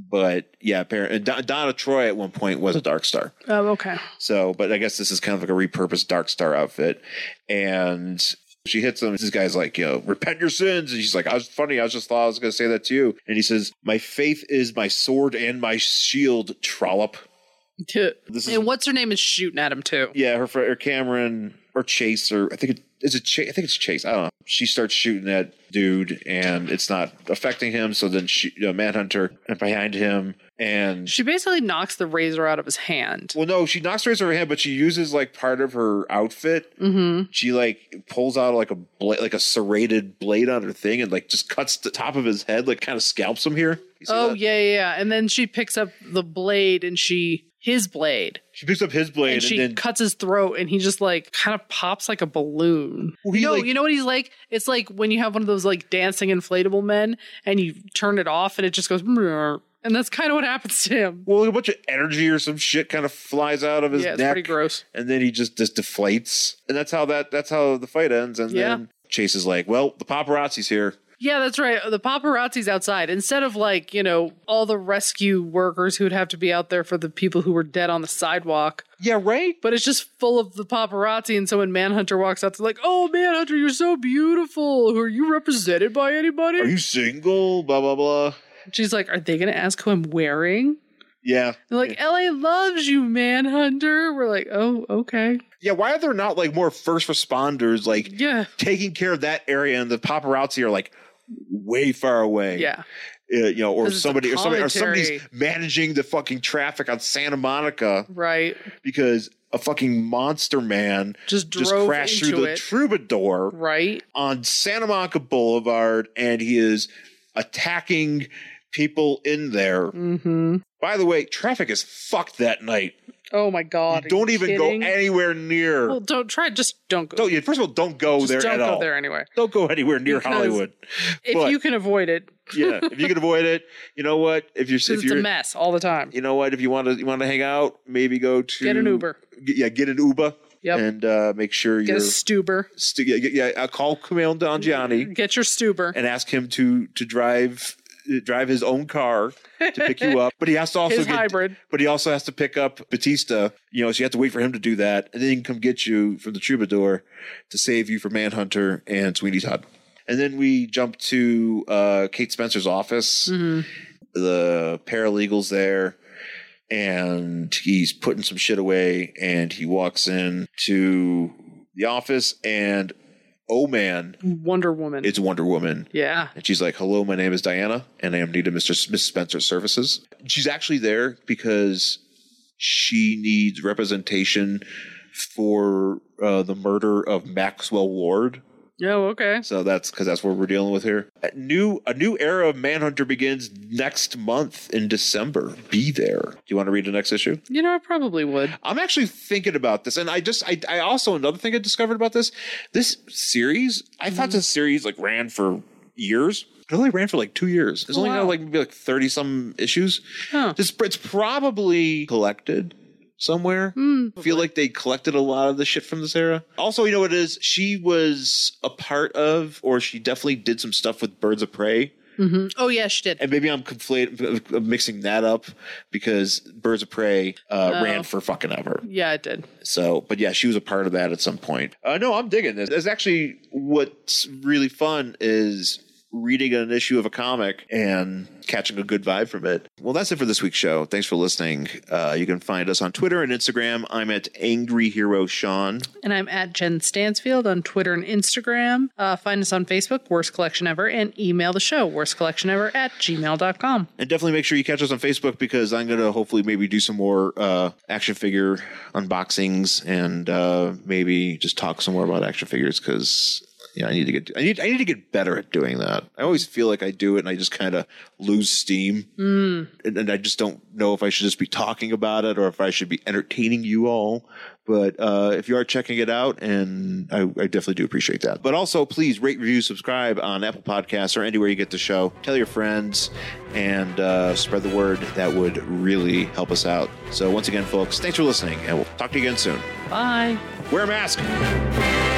S2: but yeah apparently donna troy at one point was a dark star
S1: Oh, okay.
S2: so but i guess this is kind of like a repurposed dark star outfit and she hits him. This guy's like, "Yo, repent your sins." And she's like, "I was funny. I was just thought I was going to say that to you." And he says, "My faith is my sword and my shield." Trollop. This is-
S1: and what's her name is shooting at him too.
S2: Yeah, her friend or Cameron or Chase or I think it is it Chase. I think it's Chase. I don't know. She starts shooting at dude, and it's not affecting him. So then she, uh, Manhunter, and behind him, and
S1: She basically knocks the razor out of his hand.
S2: well, no, she knocks her her hand, but she uses like part of her outfit. Mm-hmm. She like pulls out like a blade, like a serrated blade on her thing, and like just cuts the top of his head, like kind of scalps him here. You see
S1: Oh
S2: that?
S1: yeah, yeah, yeah. And then she picks up the blade and she his blade
S2: She picks up his
S1: and,
S2: blade, and,
S1: she
S2: then
S1: cuts his throat and he just like kind of pops like a balloon.
S2: Well, he,
S1: no,
S2: like-
S1: you know what he's like? It's like when you have one of those like dancing inflatable men and you turn it off and it just goes And that's kind of what happens to him.
S2: Well, a bunch of energy or some shit kind of flies out of his
S1: Yeah, it's
S2: neck,
S1: pretty gross.
S2: and then he just just deflates, and that's how that that's how the fight ends. And
S1: Yeah.
S2: then Chase is like, "Well, the paparazzi's here."
S1: Yeah, that's right. The paparazzi's outside. Instead of like, you know, all the rescue workers who'd have to be out there for the people who were dead on the sidewalk.
S2: Yeah, right.
S1: But it's just full of the paparazzi, and so when Manhunter walks out, they're like, "Oh, Manhunter, you're so beautiful. Are you represented by anybody?"
S2: Are you single? Blah blah blah.
S1: She's like, "Are they gonna ask who I'm wearing?"
S2: Yeah,
S1: They're like, "LA loves you, Manhunter." We're like, "Oh, okay,
S2: yeah. Why are there not like more first responders like
S1: yeah,
S2: taking care of that area, and the paparazzi are like way far away?
S1: yeah."
S2: uh, you know, or
S1: 'Cause it's a
S2: somebody, or somebody, or somebody's
S1: commentary.
S2: managing the fucking traffic on Santa Monica
S1: Right.
S2: because a fucking monster man
S1: Just drove
S2: just crashed
S1: into
S2: through the
S1: it.
S2: troubadour
S1: right.
S2: on Santa Monica Boulevard, and he is attacking people in there.
S1: Mm-hmm.
S2: By the way, traffic is fucked that night.
S1: Oh my god.
S2: You don't even
S1: kidding?
S2: go anywhere near.
S1: Well, don't try. Just don't go.
S2: don't you? First of all, don't go
S1: just
S2: there
S1: don't
S2: at
S1: go
S2: all.
S1: there anyway.
S2: Don't go anywhere near
S1: Because-
S2: Hollywood.
S1: If
S2: But-
S1: you can avoid it,
S2: yeah, if you can avoid it, you know what? If you're
S1: because
S2: if
S1: it's a
S2: you're
S1: mess all the time.
S2: you know what? If you want to, you want to hang out, maybe go to
S1: Get an Uber.
S2: G- yeah, get an Uber.
S1: Yep.
S2: And uh, make sure
S1: Get
S2: you're.
S1: a stuber.
S2: stu- yeah, yeah, yeah, call Camille Dongiani
S1: Get your stuber.
S2: and ask him to to drive drive his own car to pick you up. But he has to also
S1: His
S2: get,
S1: hybrid.
S2: But he also has to pick up Batista. You know, so you have to wait for him to do that, and then he can come get you from the Troubadour to save you from Manhunter and Sweeney Todd. And then we jump to uh, Kate Spencer's office.
S1: Mm-hmm.
S2: The paralegals there. And he's putting some shit away, and he walks in to the office, and oh man,
S1: Wonder Woman.
S2: it's Wonder Woman.
S1: yeah.
S2: And she's like, "Hello, my name is Diana, and I am needed Mr. S- Miss Spencer's services." She's actually there because she needs representation for uh, the murder of Maxwell Ward.
S1: Oh, okay.
S2: So that's because that's what we're dealing with here. A new a new era of Manhunter begins next month in December. Be there. Do you want to read the next issue?
S1: You know, I probably would.
S2: I'm actually thinking about this, and I just I, I also another thing I discovered about this this series. I
S1: Mm-hmm.
S2: thought this series like ran for years. It only ran for like two years. It's only got
S1: Wow.
S2: like maybe like thirty some issues.
S1: Huh.
S2: This it's probably collected somewhere.
S1: Hmm.
S2: I feel like they collected a lot of the shit from this era. Also, you know what it is? She was a part of, or she definitely did some stuff with Birds of Prey
S1: Oh, yeah, she did.
S2: and maybe I'm conflating, I'm mixing that up because Birds of Prey uh,
S1: Oh.
S2: ran for fucking ever.
S1: Yeah, it did.
S2: So, but yeah, she was a part of that at some point. Uh, no, I'm digging this. That's actually what's really fun is reading an issue of a comic and catching a good vibe from it. Well, that's it for this week's show. Thanks for listening. Uh, you can find us on Twitter and Instagram. I'm at Angry Hero Sean.
S1: And I'm at Jen Stansfield on Twitter and Instagram. Uh, find us on Facebook, Worst Collection Ever, and email the show, Worst Collection Ever at gmail.com.
S2: And definitely make sure you catch us on Facebook because I'm going to hopefully maybe do some more uh, action figure unboxings and uh, maybe just talk some more about action figures because yeah, I need to get I need I need to get better at doing that. I always feel like I do it and I just kind of lose steam, and, and I just don't know if I should just be talking about it or if I should be entertaining you all. But uh, if you are checking it out, and I, I definitely do appreciate that. But also, please rate, review, subscribe on Apple Podcasts or anywhere you get the show. Tell your friends and uh, spread the word. That would really help us out. So, once again, folks, thanks for listening, and we'll talk to you again soon.
S1: Bye.
S2: Wear a mask.